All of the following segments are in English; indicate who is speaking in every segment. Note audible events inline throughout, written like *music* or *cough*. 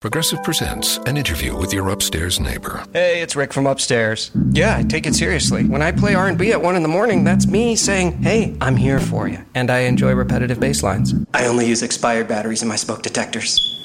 Speaker 1: Progressive presents an interview with your upstairs neighbor.
Speaker 2: Hey, it's Rick from upstairs. Yeah, I take it seriously. When I play R&B at 1 in the morning, that's me saying, "Hey, I'm here for you." And I enjoy repetitive bass lines. I only use expired batteries in my smoke detectors.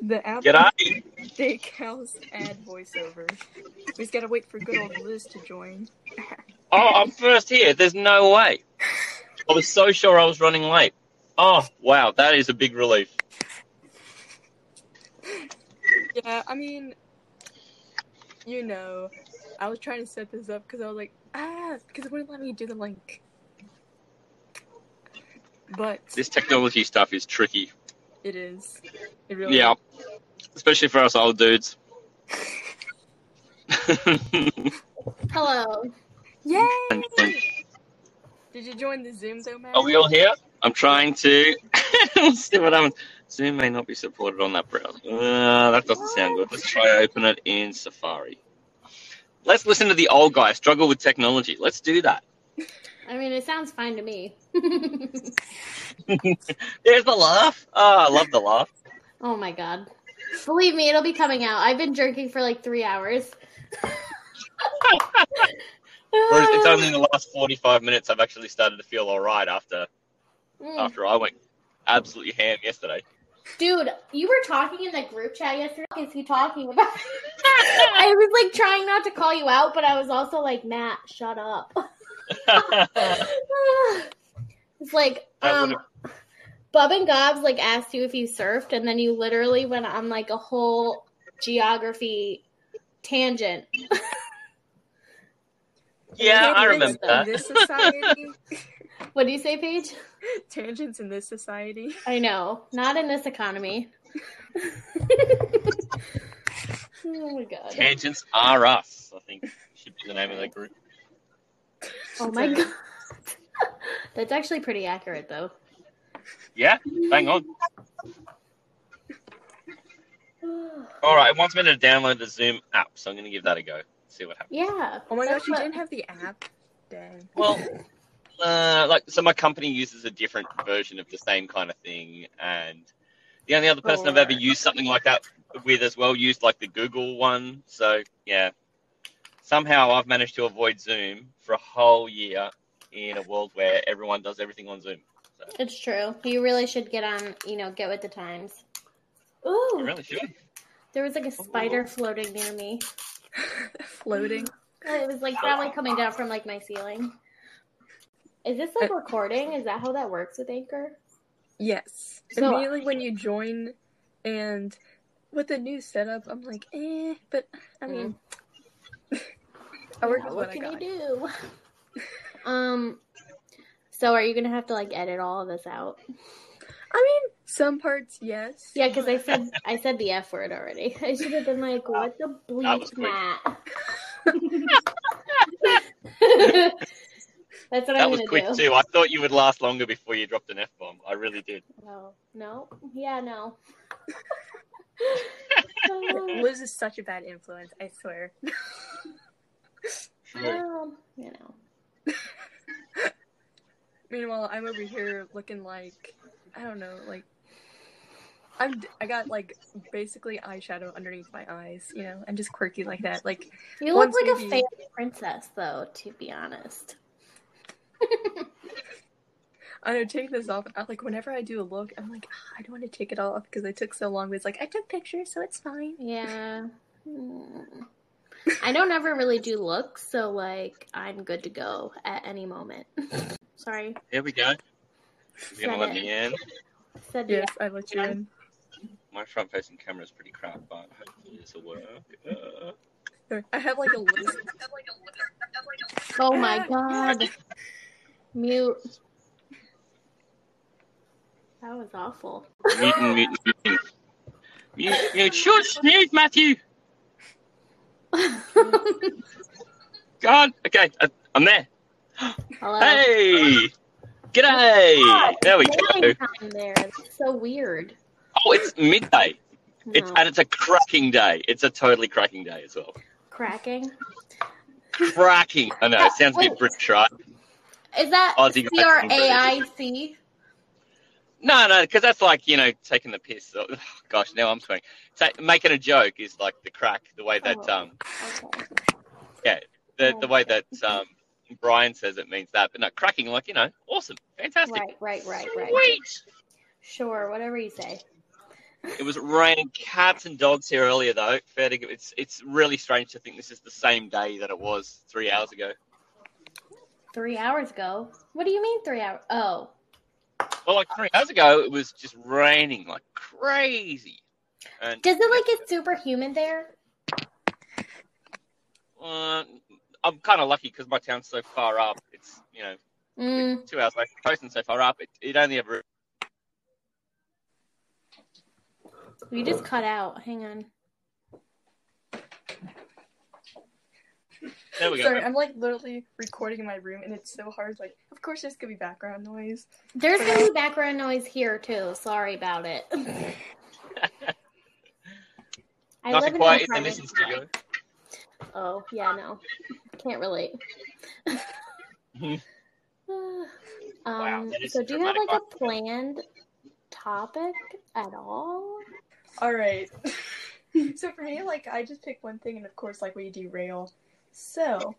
Speaker 3: the Apple
Speaker 4: G'day.
Speaker 3: Steakhouse ad voiceover. We just gotta wait for good old Liz to join.
Speaker 4: Oh, I'm first here. There's no way. I was so sure I was running late. Oh, wow. That is a big relief.
Speaker 3: Yeah, I mean, you know, I was trying to set this up because I was like, ah, because it wouldn't let me do the link. But
Speaker 4: This technology stuff is tricky.
Speaker 3: it is. It really
Speaker 4: Yeah.
Speaker 3: is.
Speaker 4: Especially for us old *laughs* dudes.
Speaker 5: Hello.
Speaker 3: Yay! Did you join the Zoom though, Matt?
Speaker 4: Are Oh, we all here? I'm trying to *laughs* We'll see what happens. Zoom may not be supported on that browser. Uh, that doesn't sound good. Let's try open it in Safari. Let's listen to the old guy struggle with technology. Let's do that.
Speaker 5: I mean, it sounds fine to me. *laughs*
Speaker 4: There's the laugh. Oh, I love the laugh.
Speaker 5: oh my god. Believe me, it'll be coming out. I've been drinking for like three hours.
Speaker 4: Whereas it's
Speaker 5: *laughs*
Speaker 4: only in the last 45 minutes I've actually started to feel all right after
Speaker 3: Hmm.
Speaker 5: Mm.
Speaker 4: after I went absolutely ham
Speaker 3: *laughs*
Speaker 4: yesterday.
Speaker 5: Dude, you were talking in the group chat yesterday. What is he talking about? *laughs* I was like trying not to call you out, but I was also like, Matt, shut up. *sighs* it's like,
Speaker 4: That
Speaker 5: um, Bub and Gobs like asked you if you surfed, and then you literally went on like a whole geography tangent.
Speaker 4: yeah, I
Speaker 3: Tangents
Speaker 4: remember
Speaker 3: in
Speaker 4: that.
Speaker 3: This
Speaker 4: *laughs*
Speaker 3: society,
Speaker 5: What do you say, Paige?
Speaker 3: tangents in this society.
Speaker 5: I know, not in this economy. *laughs* oh my god!
Speaker 4: Tangents are us, I think should be the name of that group.
Speaker 5: Oh my god! *laughs* That's actually pretty accurate, though.
Speaker 4: *sighs* Yeah, bang on. All right, it wants me to download the Zoom app, so I'm going to give that a go. See what happens.
Speaker 5: Yeah.
Speaker 3: Oh my
Speaker 5: that's
Speaker 3: gosh, you
Speaker 5: what-
Speaker 3: didn't have the app. Dang.
Speaker 4: Well, uh, like so, my company uses a different version of the same kind of thing, and the only other person I've ever used something like that with as well used like the Google one. So yeah, somehow I've managed to avoid Zoom for a whole year in a world where everyone does everything on Zoom.
Speaker 5: It's true. You really should get on. You know, get with the times.
Speaker 4: I
Speaker 5: Ooh,
Speaker 4: really should.
Speaker 5: there was like a
Speaker 4: Oh.
Speaker 5: spider floating near me.
Speaker 3: *laughs* Floating.
Speaker 5: It was like probably coming down from like my ceiling. Is this like recording? Is that how that works with Anchor?
Speaker 3: Yes.
Speaker 5: So-
Speaker 3: Immediately when you join and with the new setup, I'm like, eh, but I mean, *laughs* I work with
Speaker 5: what
Speaker 3: what I
Speaker 5: can
Speaker 3: got.
Speaker 5: you do? *laughs* um, so are you gonna have to like edit all of this out?
Speaker 3: I mean, some parts, yes.
Speaker 5: Yeah, because I said I said the f word already. *laughs* I should have been like, what the
Speaker 4: That
Speaker 5: bleep,
Speaker 4: was quick.
Speaker 5: Matt? *laughs* That's what
Speaker 4: That
Speaker 5: I'm
Speaker 4: was
Speaker 5: gonna
Speaker 4: quick
Speaker 5: do.
Speaker 4: too. I thought you would last longer before you dropped an F bomb. I really did.
Speaker 5: No, Oh, no,
Speaker 4: *laughs*
Speaker 5: yeah, no. *laughs* Oh,
Speaker 3: Liz is such a bad influence, I swear.
Speaker 5: um, you know.
Speaker 3: Meanwhile, I'm over here looking like, I don't know, like, I'm, I got like basically eyeshadow underneath my eyes, you know, I'm just quirky like that. Like,
Speaker 5: You
Speaker 3: Once
Speaker 5: look like
Speaker 3: maybe-
Speaker 5: a fake princess, though. To be honest, *laughs*
Speaker 3: I know taking this off. I, like whenever I do a look, I'm like, "Ah, I don't want to take it off because I took so long. But it's like I took pictures, so it's fine.
Speaker 5: yeah. Hmm. I don't ever really do looks, so like I'm good to go at any moment. *laughs* Sorry,
Speaker 4: There we go. You're gonna let me in.
Speaker 5: said
Speaker 6: Yes, I let you in.
Speaker 4: My front-facing camera is pretty crap, but hopefully this will work. Uh,
Speaker 6: There. I have like a list.
Speaker 5: yeah. Oh my god, mute. That was awful.
Speaker 4: mute, and mute, and mute. Mute, mute. Short snooze, Matthew. God. Okay, I, I'm there.
Speaker 5: Hello.
Speaker 4: Hey. G'day. There we go.
Speaker 5: Morning time there. That's so weird.
Speaker 4: Oh, it's midday. It's
Speaker 5: No.
Speaker 4: and it's a cracking day. It's a totally cracking day as well.
Speaker 5: cracking.
Speaker 4: Cracking. I know. It sounds a
Speaker 5: Wait.
Speaker 4: bit British, right?
Speaker 5: Is that
Speaker 4: Aussie
Speaker 5: C R A I C?
Speaker 4: No, no, because that's like you know taking the piss. Oh, gosh, now I'm swearing. Ta making a joke is like the crack. The way that
Speaker 5: Oh.
Speaker 4: um
Speaker 5: Okay.
Speaker 4: the, the way that um Brian says it means that, but no, cracking like you know awesome, fantastic,
Speaker 5: Right, right, right, right.
Speaker 4: sweet.
Speaker 5: Sure, whatever you say.
Speaker 4: It was raining cats and dogs here earlier though. Fair to give, it's it's really strange to think this is the same day that it was three hours ago.
Speaker 5: Three hours ago. What do you mean three hours? Oh,
Speaker 4: Well, like three hours ago, it was just raining like crazy. And
Speaker 5: does it like get superhuman there?
Speaker 4: uh, I'm kind of lucky because my town's so far up. It's you know
Speaker 5: Mm,
Speaker 4: two hours away from the coast and so far up. It, it only ever
Speaker 5: you just cut out. Hang on.
Speaker 4: there we go.
Speaker 6: Sorry, I'm like literally recording in my room, and it's so hard. Like, of course, there's gonna be background noise.
Speaker 5: There's gonna be background noise here too. Sorry about it. I
Speaker 4: Nice
Speaker 5: live
Speaker 4: and
Speaker 5: in
Speaker 4: quiet
Speaker 5: quiet
Speaker 4: in the listening studio.
Speaker 5: Oh yeah, no, can't relate.
Speaker 4: Mhm.
Speaker 5: *laughs* um,
Speaker 4: Wow, that is
Speaker 5: so do you have
Speaker 4: dramatic
Speaker 5: like
Speaker 4: pause.
Speaker 5: a planned topic at all? *gasps*
Speaker 6: All right. *laughs* so for me, like, I just pick one thing, and of course, like, we derail. So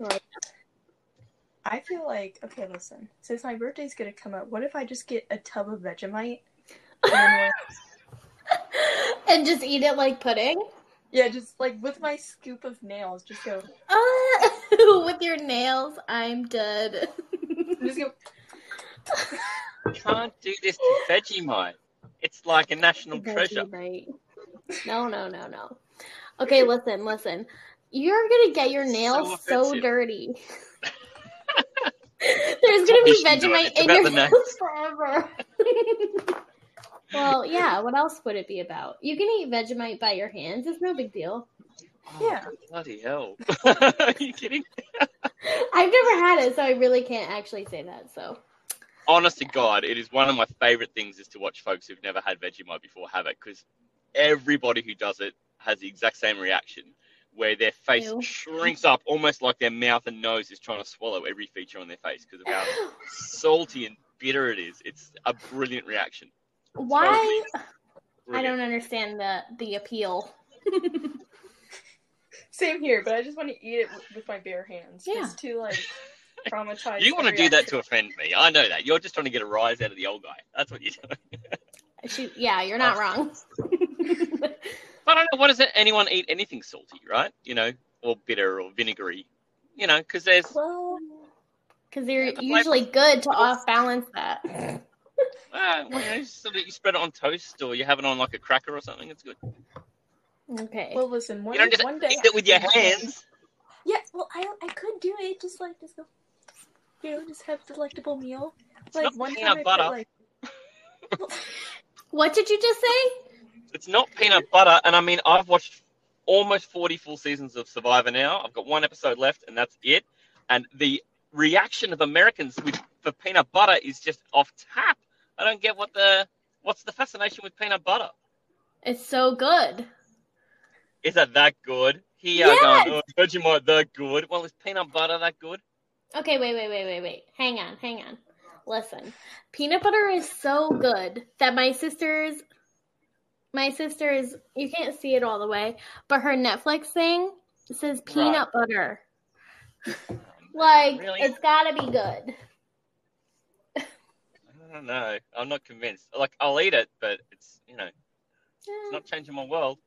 Speaker 6: I feel like, okay, listen. Since my birthday's gonna come up, what if I just get a tub of Vegemite? And then, like,
Speaker 5: and just eat it like pudding?
Speaker 6: yeah, just like with my scoop of nails, just go.
Speaker 5: Ah, *laughs* with your nails, I'm dead. *laughs*
Speaker 6: I'm just go.
Speaker 4: You can't do this to Vegemite. It's like a national treasure.
Speaker 5: Vegemite. No, no, no, no. Okay, listen, listen. You're gonna get your
Speaker 4: So
Speaker 5: nails so,
Speaker 4: offensive.
Speaker 5: dirty.
Speaker 4: *laughs*
Speaker 5: There's gonna be
Speaker 4: It's about
Speaker 5: Vegemite in
Speaker 4: the
Speaker 5: your
Speaker 4: nails.
Speaker 5: nails forever. *laughs* well, yeah. What else would it be about? You can eat Vegemite by your hands. It's no big deal.
Speaker 6: Yeah.
Speaker 4: Oh, Bloody
Speaker 5: *laughs*
Speaker 4: hell. *laughs* Are you kidding?
Speaker 5: I've never had it, so I really can't actually say that. So
Speaker 4: Honest to God, it is one of my favorite things is to watch folks who've never had Vegemite before have it because everybody who does it has the exact same reaction where their face
Speaker 5: Ew.
Speaker 4: shrinks up almost like their mouth and nose is trying to swallow every feature on their face because of how salty and bitter it is. It's a brilliant reaction.
Speaker 5: why? I
Speaker 4: Brilliant.
Speaker 5: don't understand the the appeal.
Speaker 6: Same here, but I just want to eat it with- with my bare hands.
Speaker 5: Yeah.
Speaker 6: Just to
Speaker 4: *laughs*
Speaker 6: like traumatize.
Speaker 4: You want to
Speaker 6: the
Speaker 4: do that
Speaker 6: reaction.
Speaker 4: to offend me. I know that. You're just trying to get a rise out of the old guy. That's what you're doing. *laughs*
Speaker 5: She, yeah, you're not wrong.
Speaker 4: Oh.
Speaker 5: *laughs*
Speaker 4: But I don't know. What does it, anyone eat anything salty, right? You know, or bitter or vinegary? You know, because there's.
Speaker 6: Well,
Speaker 5: Because they're
Speaker 4: the flavor-
Speaker 5: usually good to off balance that.
Speaker 4: Uh, well, you, know, so that you spread it on toast or you have it on like a cracker or something. It's good.
Speaker 5: Okay.
Speaker 6: well, listen. One,
Speaker 4: You don't just
Speaker 6: one day
Speaker 4: eat it with your hands.
Speaker 6: Yeah, well, I I could do it just like just go, you know, just have delectable meal. Like
Speaker 4: not
Speaker 6: one
Speaker 4: peanut
Speaker 6: time, I put,
Speaker 4: butter.
Speaker 6: like
Speaker 5: What did you just say?
Speaker 4: It's not peanut butter. And I mean, I've watched almost 40 full seasons of Survivor now. I've got one episode left and that's it. And the reaction of Americans with for peanut butter is just off tap. I don't get what the. What's the fascination with peanut butter?
Speaker 5: It's so good.
Speaker 4: Is that that good? Here
Speaker 5: Yes!
Speaker 4: I go. Oh, Vegemite that good? Well, is peanut butter that good?
Speaker 5: Okay, wait, wait, wait, wait, wait. Hang on, hang on. Listen, peanut butter is so good that my sister's, my sister's, you can't see it all the way, but her Netflix thing says peanut butter. Like,
Speaker 4: Really?
Speaker 5: it's gotta be good.
Speaker 4: I don't know. I'm not convinced. Like I'll eat it, but it's you know it's not changing my world.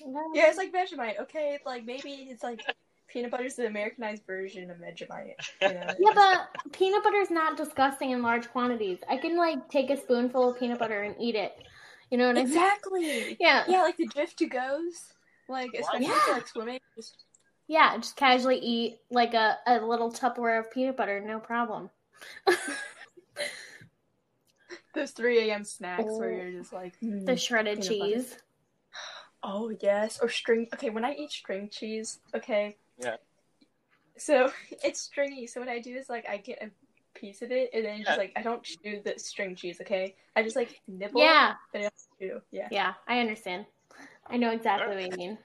Speaker 5: Yeah. Eh,
Speaker 6: yeah, it's like Vegemite. Okay, like maybe it's like
Speaker 3: Peanut butter is the Americanized version of Vegemite. You know?
Speaker 5: *laughs* Yeah, but peanut butter is not disgusting in large quantities. I can like take a spoonful of peanut butter and eat it. You know what I'm saying?
Speaker 3: exactly.
Speaker 5: Yeah.
Speaker 3: Yeah, like the drift to goes. Like especially if you're, like swimming, just
Speaker 5: Yeah, just casually eat like a, a little Tupperware of peanut butter, no problem.
Speaker 3: those three AM snacks where
Speaker 5: Oh.
Speaker 3: you're just like mm.
Speaker 5: The shredded
Speaker 3: Peanut butter.
Speaker 5: cheese.
Speaker 3: Oh yes, or string. Okay, when I eat string cheese, okay.
Speaker 4: Yeah.
Speaker 3: So *laughs* it's stringy. So what I do is like I get a piece of it, and then
Speaker 4: Yeah.
Speaker 3: just like I don't chew the string cheese. Okay, I just like nibble.
Speaker 5: Yeah,
Speaker 3: Chew. Yeah.
Speaker 5: yeah, I understand. I know exactly what you mean.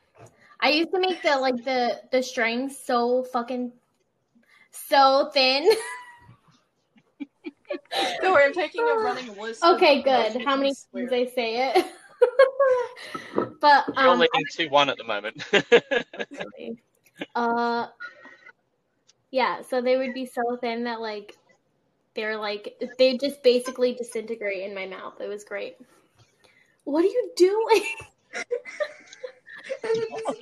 Speaker 5: I used to make the like the the string so fucking so thin.
Speaker 3: Don't worry, I'm taking a
Speaker 5: *sighs*
Speaker 3: running list. of
Speaker 5: *laughs* *laughs* Okay, good. How many
Speaker 3: emotions.
Speaker 5: times I say it? *laughs* but
Speaker 4: You're
Speaker 5: um,
Speaker 4: leading two one at the moment. *laughs*
Speaker 5: uh, yeah. So they would be so thin that like they're like they just basically disintegrate in my mouth. It was great. What are you doing? Oh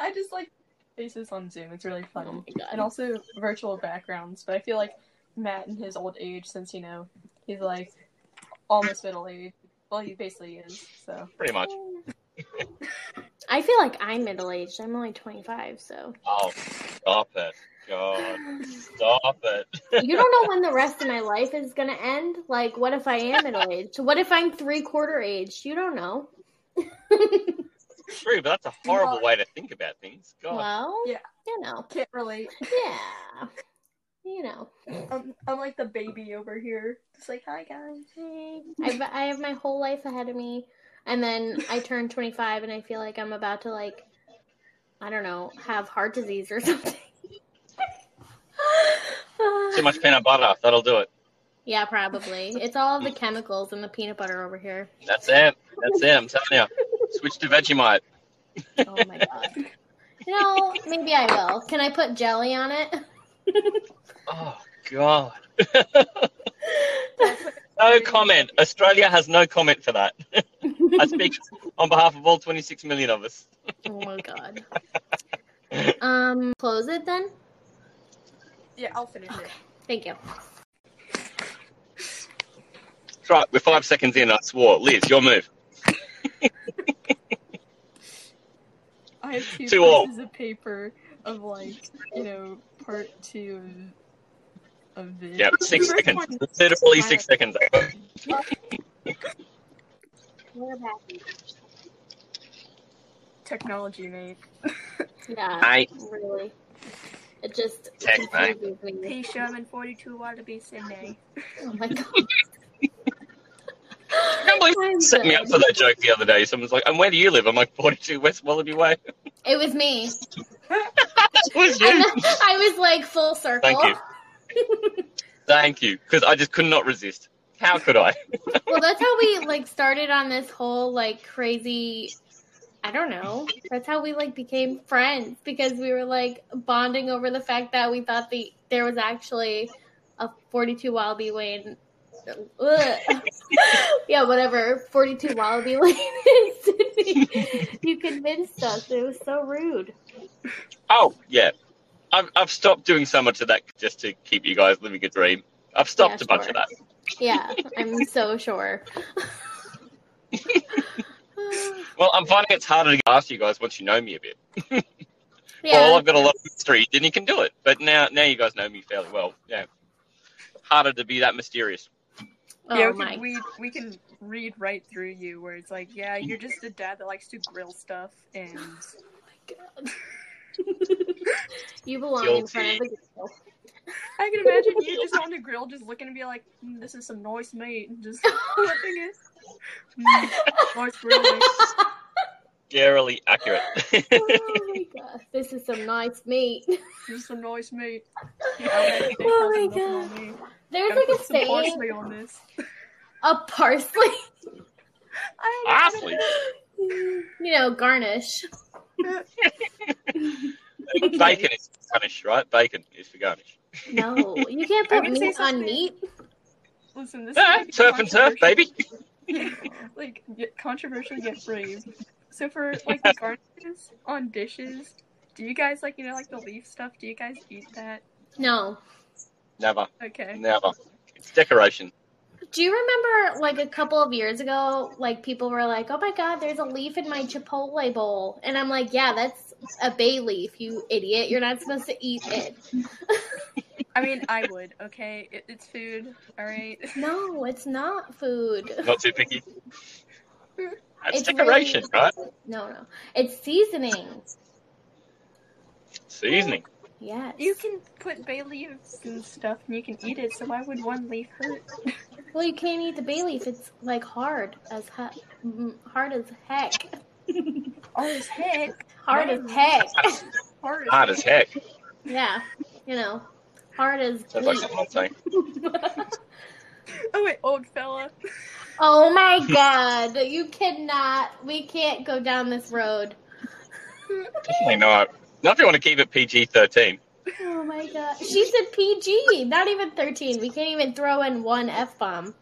Speaker 3: I just like faces on Zoom. It's really funny.
Speaker 4: Mm-hmm.
Speaker 5: Oh my
Speaker 3: and
Speaker 5: god!
Speaker 3: also virtual backgrounds. But I feel like Matt, in his old age, since you know he's like almost middle age. Well, he basically is. So
Speaker 4: Pretty much.
Speaker 5: I feel like I'm middle aged. I'm only 25, so
Speaker 4: Oh, stop it. God, stop it.
Speaker 5: you don't know when the rest of my life is gonna end. Like, what if I am middle aged? What if I'm three quarter aged? You don't know.
Speaker 4: *laughs* True, but that's a horrible way to think about things. God.
Speaker 5: Well,
Speaker 3: Yeah.
Speaker 5: you know,
Speaker 3: can't relate.
Speaker 5: yeah, you know.
Speaker 3: I'm, I'm like the baby over here. Just like hi guys.
Speaker 5: I've, I have my whole life ahead of me, and then I turn 25, and I feel like I'm about to like, I don't know, have heart disease or *laughs* something.
Speaker 4: Too much peanut butter. That'll do it.
Speaker 5: yeah, probably. It's all the chemicals and the peanut butter over here.
Speaker 4: That's it. That's it. I'm telling you. Switch to Vegemite.
Speaker 5: Oh my god. You know, maybe I will. Can I put jelly on it? *laughs*
Speaker 4: Oh, God.
Speaker 3: That's what
Speaker 4: No comment. Australia has no comment for that. *laughs* I speak on behalf of all 26 million of us.
Speaker 5: Oh my god. Um, close it then.
Speaker 3: Yeah, I'll finish it.
Speaker 5: Thank you.
Speaker 4: That's right. We're five seconds in. I swore. Liz, your move.
Speaker 3: I have two
Speaker 4: Too old.
Speaker 3: pieces of paper of like you know part two of, of this.
Speaker 4: Yeah, six
Speaker 3: The first
Speaker 4: seconds.
Speaker 3: one-
Speaker 4: Literally six seconds.
Speaker 5: We're back.
Speaker 3: Technology, mate.
Speaker 5: Yeah.
Speaker 4: Mate.
Speaker 5: Really. It just
Speaker 4: Tech, mate.
Speaker 5: confuses me.
Speaker 3: P. Sherman, 42 Waterby, Sydney.
Speaker 5: Oh my god.
Speaker 4: I can't believe
Speaker 5: I'm
Speaker 4: you set me up
Speaker 5: done.
Speaker 4: for that joke the other day. Someone's like, and where do you live? I'm like, 42 West Wallaby Way.
Speaker 5: It was me.
Speaker 4: *laughs* That was
Speaker 5: And
Speaker 4: you.
Speaker 5: I was like full circle.
Speaker 4: Thank you. Thank you. Because I just could not resist. How could I?
Speaker 5: Well, that's how we like started on this whole like crazy. I don't know. That's how we like became friends because we were like bonding over the fact that we thought the there was actually a 42 Wallaby Lane. Ugh. *laughs* yeah, whatever. 42 Wallaby Lane *laughs* in Sydney. You convinced us. It was so rude.
Speaker 4: Oh, yeah. I've, I've stopped doing so much of that just to keep you guys living a dream. I've stopped
Speaker 5: Yeah,
Speaker 4: a bunch
Speaker 5: sure.
Speaker 4: of that.
Speaker 5: Yeah, I'm so sure.
Speaker 4: Well, I'm finding it's harder to get past you guys once you know me a bit.
Speaker 5: yeah.
Speaker 4: Well, I've got a lot of history, then you can do it. But now, now you guys know me fairly well. Yeah. Harder to be that mysterious.
Speaker 5: oh
Speaker 3: yeah, we
Speaker 5: my
Speaker 3: can, read, we can read right through you where it's like, yeah, you're just a dad that likes to grill stuff and
Speaker 5: God. you belong in front of the grill.
Speaker 3: I can imagine you just on the grill just looking to be like, mm, this is some nice meat and just flipping it. Mm, nice grill meat.
Speaker 4: Scarily accurate. *laughs*
Speaker 5: oh my god, this is some nice meat. *laughs*
Speaker 3: This is some nice meat.
Speaker 5: Oh my God. There's like a
Speaker 3: some
Speaker 5: saying,
Speaker 3: parsley on this.
Speaker 5: a parsley, *laughs*
Speaker 3: I don't know.
Speaker 4: Honestly,
Speaker 5: you know, garnish.
Speaker 4: bacon is for garnish, right? Bacon is for garnish.
Speaker 5: No, you
Speaker 3: *laughs*
Speaker 5: can't
Speaker 3: I
Speaker 5: put
Speaker 3: would say
Speaker 5: meat on
Speaker 3: something-
Speaker 5: meat.
Speaker 3: Listen, this
Speaker 4: Ah,
Speaker 3: is
Speaker 4: turf and turf, baby.
Speaker 3: *laughs* like get- controversial yet brave. So for like the garnishes on dishes, do you guys like you know like the leaf stuff? Do you guys eat that?
Speaker 5: No.
Speaker 4: Never,
Speaker 3: Okay.
Speaker 4: never. It's decoration.
Speaker 5: Do you remember like a couple of years ago, like people were like, "Oh my god, there's a leaf in my chipotle bowl," and I'm like, "Yeah, that's a bay leaf, you idiot! You're not supposed to eat it."
Speaker 3: I mean, I would. Okay, it, it's food. All right. *laughs*
Speaker 5: No, it's not food.
Speaker 4: Not too picky. That's
Speaker 5: It's
Speaker 4: decoration,
Speaker 5: really-
Speaker 4: right?
Speaker 5: No, no, it's seasoning.
Speaker 4: Seasoning.
Speaker 5: Yes,
Speaker 3: You can put bay leaves and stuff, and you can eat it. So why would one leaf hurt?
Speaker 5: Well, you can't eat the bay leaf. It's like hard as heck. Hard as heck.
Speaker 3: Oh, it's heck.
Speaker 5: *laughs* Hard as heck.
Speaker 3: Hard.
Speaker 4: Hard as heck.
Speaker 5: Yeah, you know, hard as.
Speaker 4: Sounds like
Speaker 5: meat.
Speaker 4: someone saying.
Speaker 3: *laughs* Oh wait, old fella.
Speaker 5: *laughs* Oh my god, you cannot. We can't go down this road.
Speaker 4: Definitely not. Not if you want to keep it PG thirteen.
Speaker 5: Oh my god. She said PG, not even 13. We can't even throw in one F bomb.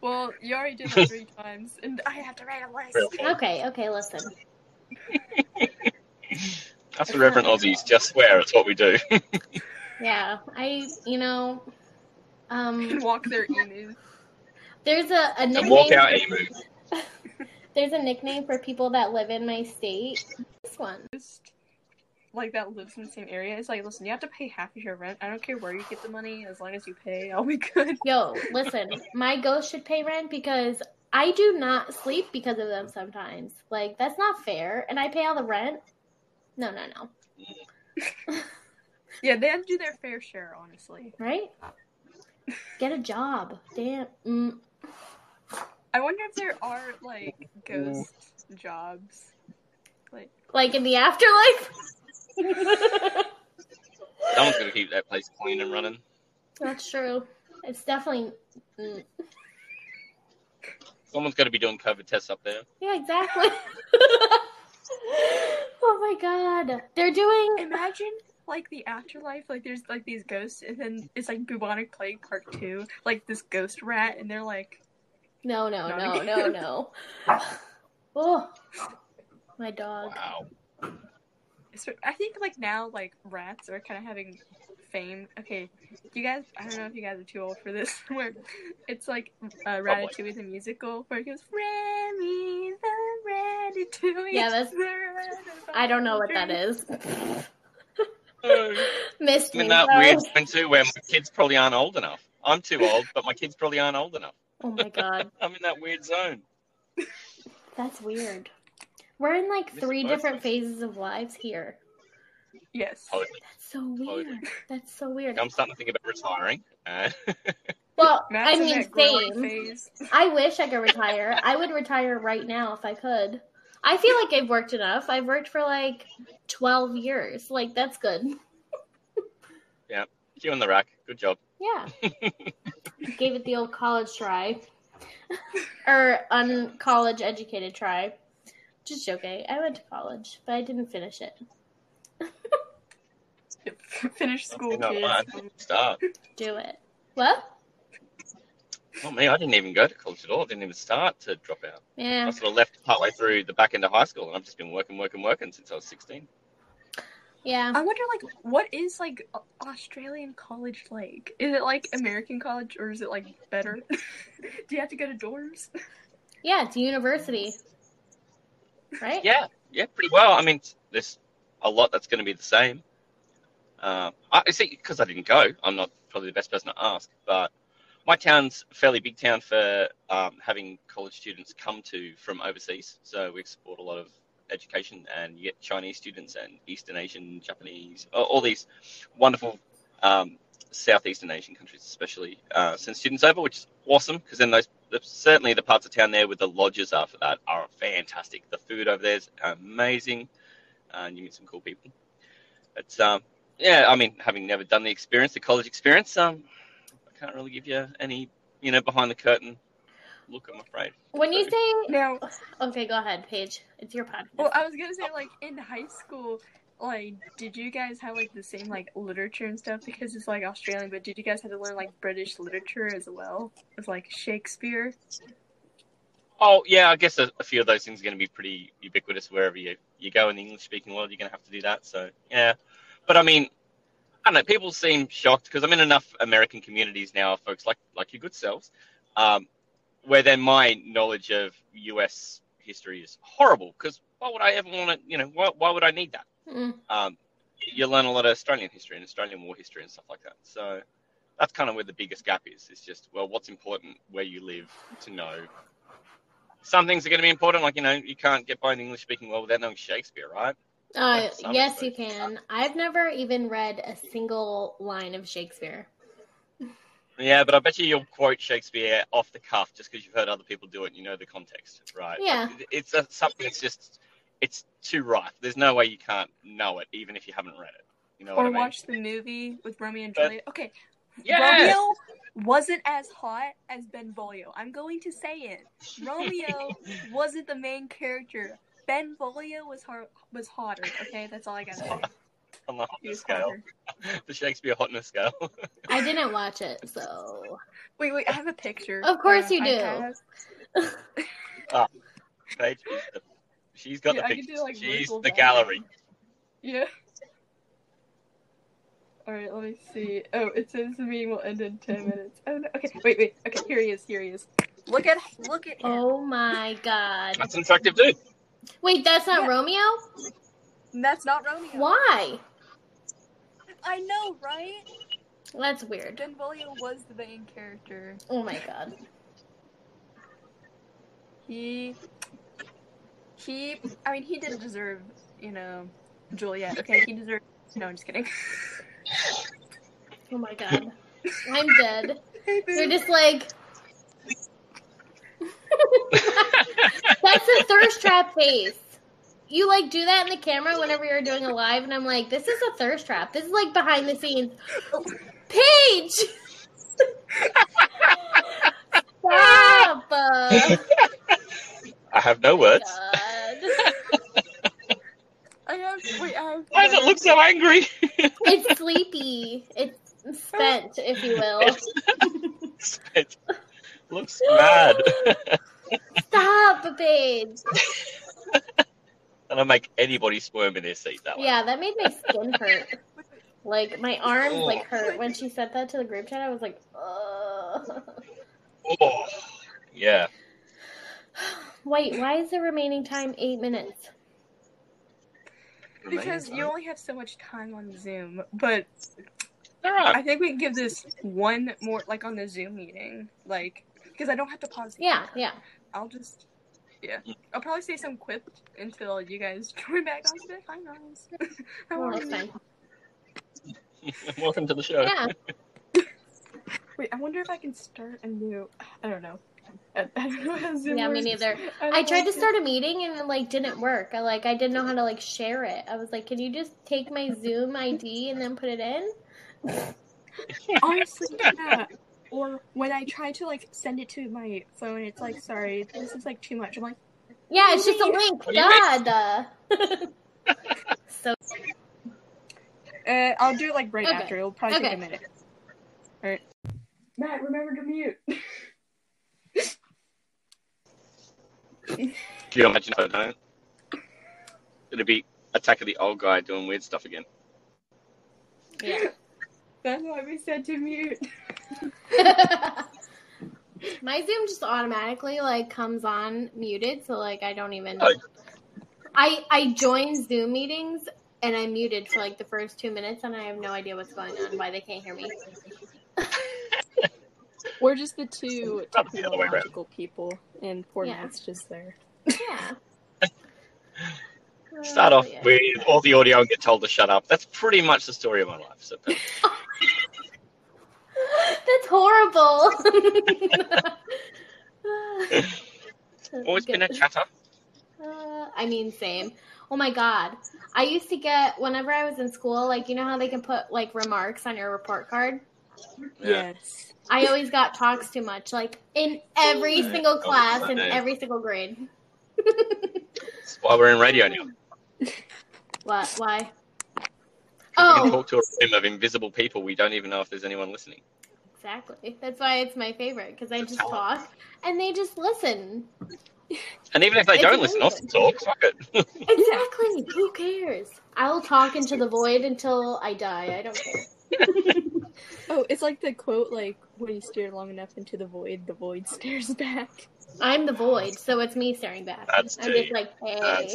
Speaker 3: Well, you already did that three *laughs* times, and I have to write a list. *laughs*
Speaker 5: Okay, okay, listen.
Speaker 4: Us the reverent Aussies just swear. It's what we do.
Speaker 5: Yeah, I, you know, um,
Speaker 3: Walk their emus.
Speaker 5: there's a, a
Speaker 4: and walk
Speaker 5: nickname.
Speaker 4: out emu.
Speaker 5: There's a nickname for people that live in my state. This one.
Speaker 3: Just like that lives in the same area. It's like, listen, you have to pay half of your rent. I don't care where you get the money, as long as you pay, *laughs* I'll be good.
Speaker 5: Yo, listen, my ghost should pay rent because I do not sleep because of them sometimes. Like, that's not fair. And I pay all the rent. No, no, no.
Speaker 3: Yeah, they have to do their fair share, honestly.
Speaker 5: Right? Get a job. Damn. Mm,
Speaker 3: I wonder if there are like ghost jobs. Like,
Speaker 5: like in the *laughs* afterlife.
Speaker 4: Someone's gonna keep that place clean and running.
Speaker 5: That's true. It's definitely. mm,
Speaker 4: Someone's gonna be doing COVID tests up there.
Speaker 5: Yeah, exactly. *laughs* oh my god. They're doing.
Speaker 3: imagine like the afterlife. Like, there's like these ghosts, and then it's like bubonic plague part two. Like this ghost rat, and they're like,
Speaker 5: No, no, no,
Speaker 3: Not
Speaker 5: no,
Speaker 3: again.
Speaker 5: *laughs* no. Oh, my dog.
Speaker 4: Wow.
Speaker 3: So I think like now like rats are kind of having fame. Okay, do you guys? I don't know if you guys are too old for this. *laughs* Where it's like uh, Ratatouille the musical, where it goes Remy the Ratatouille.
Speaker 5: Yeah, that's-
Speaker 3: the Ratatouille."
Speaker 5: I don't know what that is. Missed
Speaker 4: I'm
Speaker 5: me.
Speaker 4: in that
Speaker 5: though.
Speaker 4: weird zone too, where my kids probably aren't old enough. I'm too old, but my kids probably aren't old enough.
Speaker 5: Oh my god.
Speaker 4: I'm in that weird zone.
Speaker 5: That's weird. We're in like
Speaker 4: Missed
Speaker 5: three
Speaker 4: both.
Speaker 5: different phases of lives here.
Speaker 3: Yes.
Speaker 4: Totally.
Speaker 5: That's so weird. That's so weird.
Speaker 4: I'm starting to think about retiring. *laughs* Uh,
Speaker 5: Well,
Speaker 3: Matt's
Speaker 5: I
Speaker 3: in
Speaker 5: mean,
Speaker 3: that growing
Speaker 5: same.
Speaker 3: phase. *laughs*
Speaker 5: I wish I could retire. I would retire right now if I could. I feel like I've worked enough. I've worked for like 12 years. Like, that's good.
Speaker 4: you in the rack. Good job.
Speaker 5: Yeah. Gave it the old college try or uncollege educated try. Just joking. I went to college, but I didn't finish it.
Speaker 3: Finish school,
Speaker 4: Not
Speaker 3: kids.
Speaker 4: mine. Start.
Speaker 5: Do it. What?
Speaker 4: Not me. I didn't even go to college at all. I didn't even start to drop out. I
Speaker 5: Yeah.
Speaker 4: sort of left partway through the back end of high school, and I've just been working, working, working since I was 16.
Speaker 5: Yeah.
Speaker 3: I wonder, like, what is like Au- Australian college like? Is it like American college, or is it like better? *laughs* do you have to go to dorms?
Speaker 5: Yeah. It's university. Right?
Speaker 4: Yeah, yeah, pretty well. I mean, there's a lot that's going to be the same. Uh, I see because I didn't go. I'm not probably the best person to ask, but my town's a fairly big town for um, having college students come to from overseas. So we export a lot of education, and you get Chinese students and Eastern Asian, Japanese, a- all these wonderful um, Southeastern Asian countries, especially uh, send students over, which is awesome because then those the, certainly the parts of town there where the lodges are for that are fantastic. The food over there is amazing, uh, and you meet some cool people. It's um, yeah, I mean, having never done the experience, the college experience, um, I can't really give you any, you know, behind the curtain look. I'm afraid.
Speaker 5: When you say.
Speaker 3: Now,
Speaker 5: Okay, go ahead, Paige. It's your podcast.
Speaker 3: Well, I was gonna say, like in high school, like did you guys have like the same like literature and stuff because it's like Australian, but did you guys have to learn like British literature as well as like Shakespeare?
Speaker 4: Oh yeah, I guess a, a few of those things are going to be pretty ubiquitous wherever you, you go in the English speaking world. You're going to have to do that. So yeah, but I mean, I don't know. People seem shocked because I'm in enough American communities now, folks like like your good selves, um, where then my knowledge of U.S. history is horrible. Because why would I ever want to? You know, why, why would I need that?
Speaker 5: Mm.
Speaker 4: Um, you learn a lot of Australian history and Australian war history and stuff like that. So that's kind of where the biggest gap is. It's just, well, what's important where you live to know. Some things are going to be important, like, you know, you can't get by in the English speaking world without knowing Shakespeare, right?
Speaker 5: Uh,
Speaker 4: That's- I'm
Speaker 5: yes,
Speaker 4: sorry.
Speaker 5: you can. I've never even read a single line of Shakespeare.
Speaker 4: Yeah, but I bet you you'll quote Shakespeare off the cuff just because you've heard other people do it and you know the context, right?
Speaker 5: Yeah.
Speaker 4: It- It's a, something that's just, it's too rife. There's no way you can't know it, even if you haven't read it. You know what
Speaker 3: or
Speaker 4: I mean?
Speaker 3: watch the movie with Romeo and
Speaker 4: But-
Speaker 3: Juliet. Okay,
Speaker 4: Yes!
Speaker 3: Romeo wasn't as hot as Benvolio. I'm going to say it.
Speaker 4: *laughs*
Speaker 3: Romeo wasn't the main character. Benvolio was har- was hotter. Okay, that's all I gotta say.
Speaker 4: On the
Speaker 3: He
Speaker 4: hotness
Speaker 3: was
Speaker 4: scale,
Speaker 3: hotter.
Speaker 4: *laughs* the Shakespeare hotness scale.
Speaker 5: I didn't watch it, so
Speaker 3: Wait, wait, I have a picture. Uh,
Speaker 5: Of course you
Speaker 3: I
Speaker 5: do.
Speaker 3: have-
Speaker 4: Paige is the, she's got
Speaker 3: Yeah,
Speaker 4: the
Speaker 3: I could do,
Speaker 4: pictures.
Speaker 3: like,
Speaker 4: she's
Speaker 3: Russell
Speaker 4: the
Speaker 3: Brand.
Speaker 4: gallery.
Speaker 3: Yeah. All right, let me see. Oh, it says the meeting will end in ten minutes. Oh no. Okay, wait, wait. Okay, here he is. Here he is. Look at look at him.
Speaker 5: oh my god.
Speaker 4: That's an attractive dude.
Speaker 5: Wait, that's not
Speaker 3: Yeah.
Speaker 5: Romeo?
Speaker 3: That's not Romeo.
Speaker 5: Why?
Speaker 3: I know, right?
Speaker 5: That's weird.
Speaker 3: Benvolio was the main character.
Speaker 5: Oh my god.
Speaker 3: He, he. I mean, he didn't deserve, you know, Juliet. Okay, he deserved. No, I'm just kidding. *laughs*
Speaker 5: Oh my god. I'm dead. You're just like That's a thirst trap face. You like do that in the camera whenever you're doing a live, and I'm like, this is a thirst trap. This is like behind the scenes. Paige! Stop! Oh
Speaker 4: I have no
Speaker 5: my
Speaker 4: words.
Speaker 5: God.
Speaker 3: I have. Wait, I have.
Speaker 4: Why does it look so angry? *laughs*
Speaker 5: It's sleepy. It's spent, if you will.
Speaker 4: it looks mad. *laughs*
Speaker 5: Stop, Paige.
Speaker 4: and I make anybody squirm in their seat that way.
Speaker 5: Yeah, that made my skin hurt. Like my arms like hurt when she said that to the group chat. I was like, ugh.
Speaker 4: Oh, yeah.
Speaker 5: Wait, why is the remaining time eight minutes?
Speaker 3: Because you
Speaker 4: All
Speaker 3: only have so much time on Zoom, but I
Speaker 4: right.
Speaker 3: think we can give this one more, like on the Zoom meeting, like because I don't have to pause. the
Speaker 5: Yeah,
Speaker 3: camera.
Speaker 5: yeah.
Speaker 3: I'll just, yeah. I'll probably say some quip until you guys *laughs* join back on today. Hi guys. *laughs* How
Speaker 5: Well,
Speaker 3: are
Speaker 5: that's
Speaker 3: you?
Speaker 4: *laughs*
Speaker 5: fine.
Speaker 4: Welcome to the show.
Speaker 5: Yeah.
Speaker 3: Wait, I wonder if I can start a new. I don't know. I, I don't know how Zoom
Speaker 5: Yeah, me
Speaker 3: works.
Speaker 5: neither.
Speaker 3: don't
Speaker 5: I tried
Speaker 3: like
Speaker 5: to
Speaker 3: it.
Speaker 5: start a meeting and it like didn't work. I like I didn't know how to like share it. I was like, can you just take my Zoom ID and then put it in?
Speaker 3: Honestly, yeah. Or when I try to like send it to my phone, it's like, sorry, this is like too much. I'm like,
Speaker 5: Yeah, it's just a link.
Speaker 4: What do you
Speaker 5: God. *laughs* so
Speaker 3: uh, I'll do it like right
Speaker 5: Okay.
Speaker 3: after. It'll probably take a
Speaker 5: Okay.
Speaker 3: minute. All right. Matt, remember to mute.
Speaker 4: Can you imagine if I don't? It'd be Attack of the Old Guy doing weird stuff again.
Speaker 5: yeah.
Speaker 3: That's why we said to mute.
Speaker 5: *laughs* my Zoom just automatically like comes on muted, so like I don't even.
Speaker 4: Oh.
Speaker 5: I I join Zoom meetings and I'm muted for like the first two minutes, and I have no idea what's going on, why they can't hear me.
Speaker 3: We're just the two
Speaker 4: Probably the other way around.
Speaker 3: technological people, and poor
Speaker 5: Yeah.
Speaker 3: Matt's just there.
Speaker 5: Yeah.
Speaker 4: *laughs* Start off
Speaker 5: Oh, yeah.
Speaker 4: with all the audio and get told to shut up. That's pretty much the story of my life. So
Speaker 5: *laughs* That's horrible. *laughs*
Speaker 4: *laughs* always been a chatter.
Speaker 5: Uh, I mean, same. Oh my god. I used to get, whenever I was in school, like, you know how they can put, like, remarks on your report card?
Speaker 3: Yes.
Speaker 5: I always got talks too much, like, in every single
Speaker 4: Oh,
Speaker 5: class, in
Speaker 4: okay.
Speaker 5: every single grade.
Speaker 4: That's why we're in radio now.
Speaker 5: What? Why?
Speaker 4: *laughs* We can
Speaker 5: Oh,
Speaker 4: talk to a room of invisible people. We don't even know if there's anyone listening.
Speaker 5: Exactly. That's why it's my favorite because I
Speaker 4: It's a
Speaker 5: just
Speaker 4: talent.
Speaker 5: talk and they just listen.
Speaker 4: *laughs* And even if they
Speaker 5: It's
Speaker 4: don't listen, I'll
Speaker 5: amazing.
Speaker 4: talk. Fuck it. *laughs*
Speaker 5: Exactly. Who cares? I'll talk into the void until I die. I don't care.
Speaker 3: Oh, it's like the quote like when you stare long enough into the void, the void *laughs* stares back.
Speaker 5: I'm the void, so it's me staring back.
Speaker 4: That's
Speaker 5: I'm just
Speaker 4: deep.
Speaker 5: like, hey.
Speaker 4: That's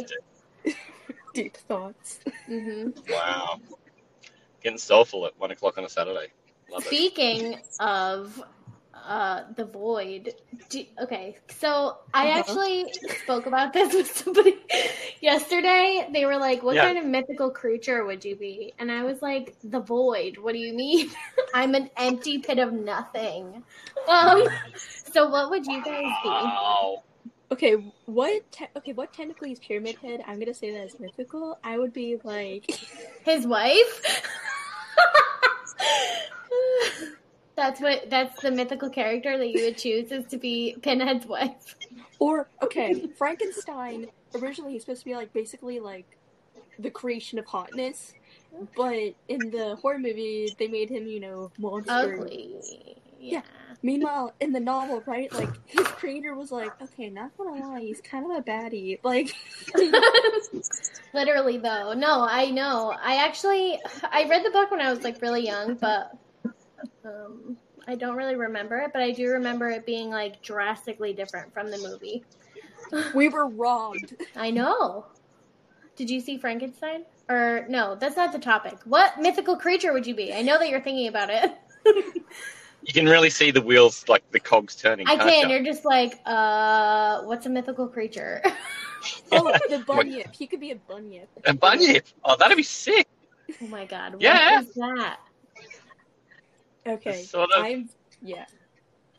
Speaker 4: it.
Speaker 3: Deep thoughts.
Speaker 5: hmm
Speaker 4: wow. Getting soulful at one o'clock on a Saturday. Love it.
Speaker 5: Speaking of uh, the void, do, okay, so I
Speaker 3: Uh-huh.
Speaker 5: actually spoke about this *laughs* with somebody yesterday. They were like, "What
Speaker 4: Yeah.
Speaker 5: kind of mythical creature would you be?" And I was like, "The void. What do you mean? *laughs* I'm an empty pit of nothing." Um, so what would you guys be?
Speaker 4: Wow.
Speaker 3: Okay, what? Te- okay, what technically is Pyramid Head? I'm gonna say that as mythical. I would be like,
Speaker 5: His wife. *laughs* That's what. That's the mythical character that you would choose is to be Pinhead's wife.
Speaker 3: or okay, Frankenstein. Originally, he's supposed to be like basically like the creation of hotness, but in the horror movie, they made him, you know, monster.
Speaker 5: ugly. Yeah.
Speaker 3: Yeah. Meanwhile, in the novel, right, like his creator was like, okay, not gonna lie, he's kind of a baddie. Like,
Speaker 5: Literally though. No, I know. I actually I read the book when I was like really young, but um I don't really remember it, but I do remember it being like drastically different from the movie.
Speaker 3: we were robbed.
Speaker 5: I know. Did you see Frankenstein? Or no, that's not the topic. What mythical creature would you be? I know that you're thinking about it.
Speaker 4: You can really see the wheels, like the cogs turning.
Speaker 5: I
Speaker 4: can't
Speaker 5: can.
Speaker 4: you?
Speaker 5: You're just like, uh, what's a mythical creature? *laughs*
Speaker 3: Oh, the bunyip. He could be a bunyip.
Speaker 4: A bunyip. Oh, that'd be sick.
Speaker 5: oh my god. What is
Speaker 4: Yeah.
Speaker 5: that?
Speaker 3: Okay,
Speaker 4: Sort of.
Speaker 3: I'm yeah.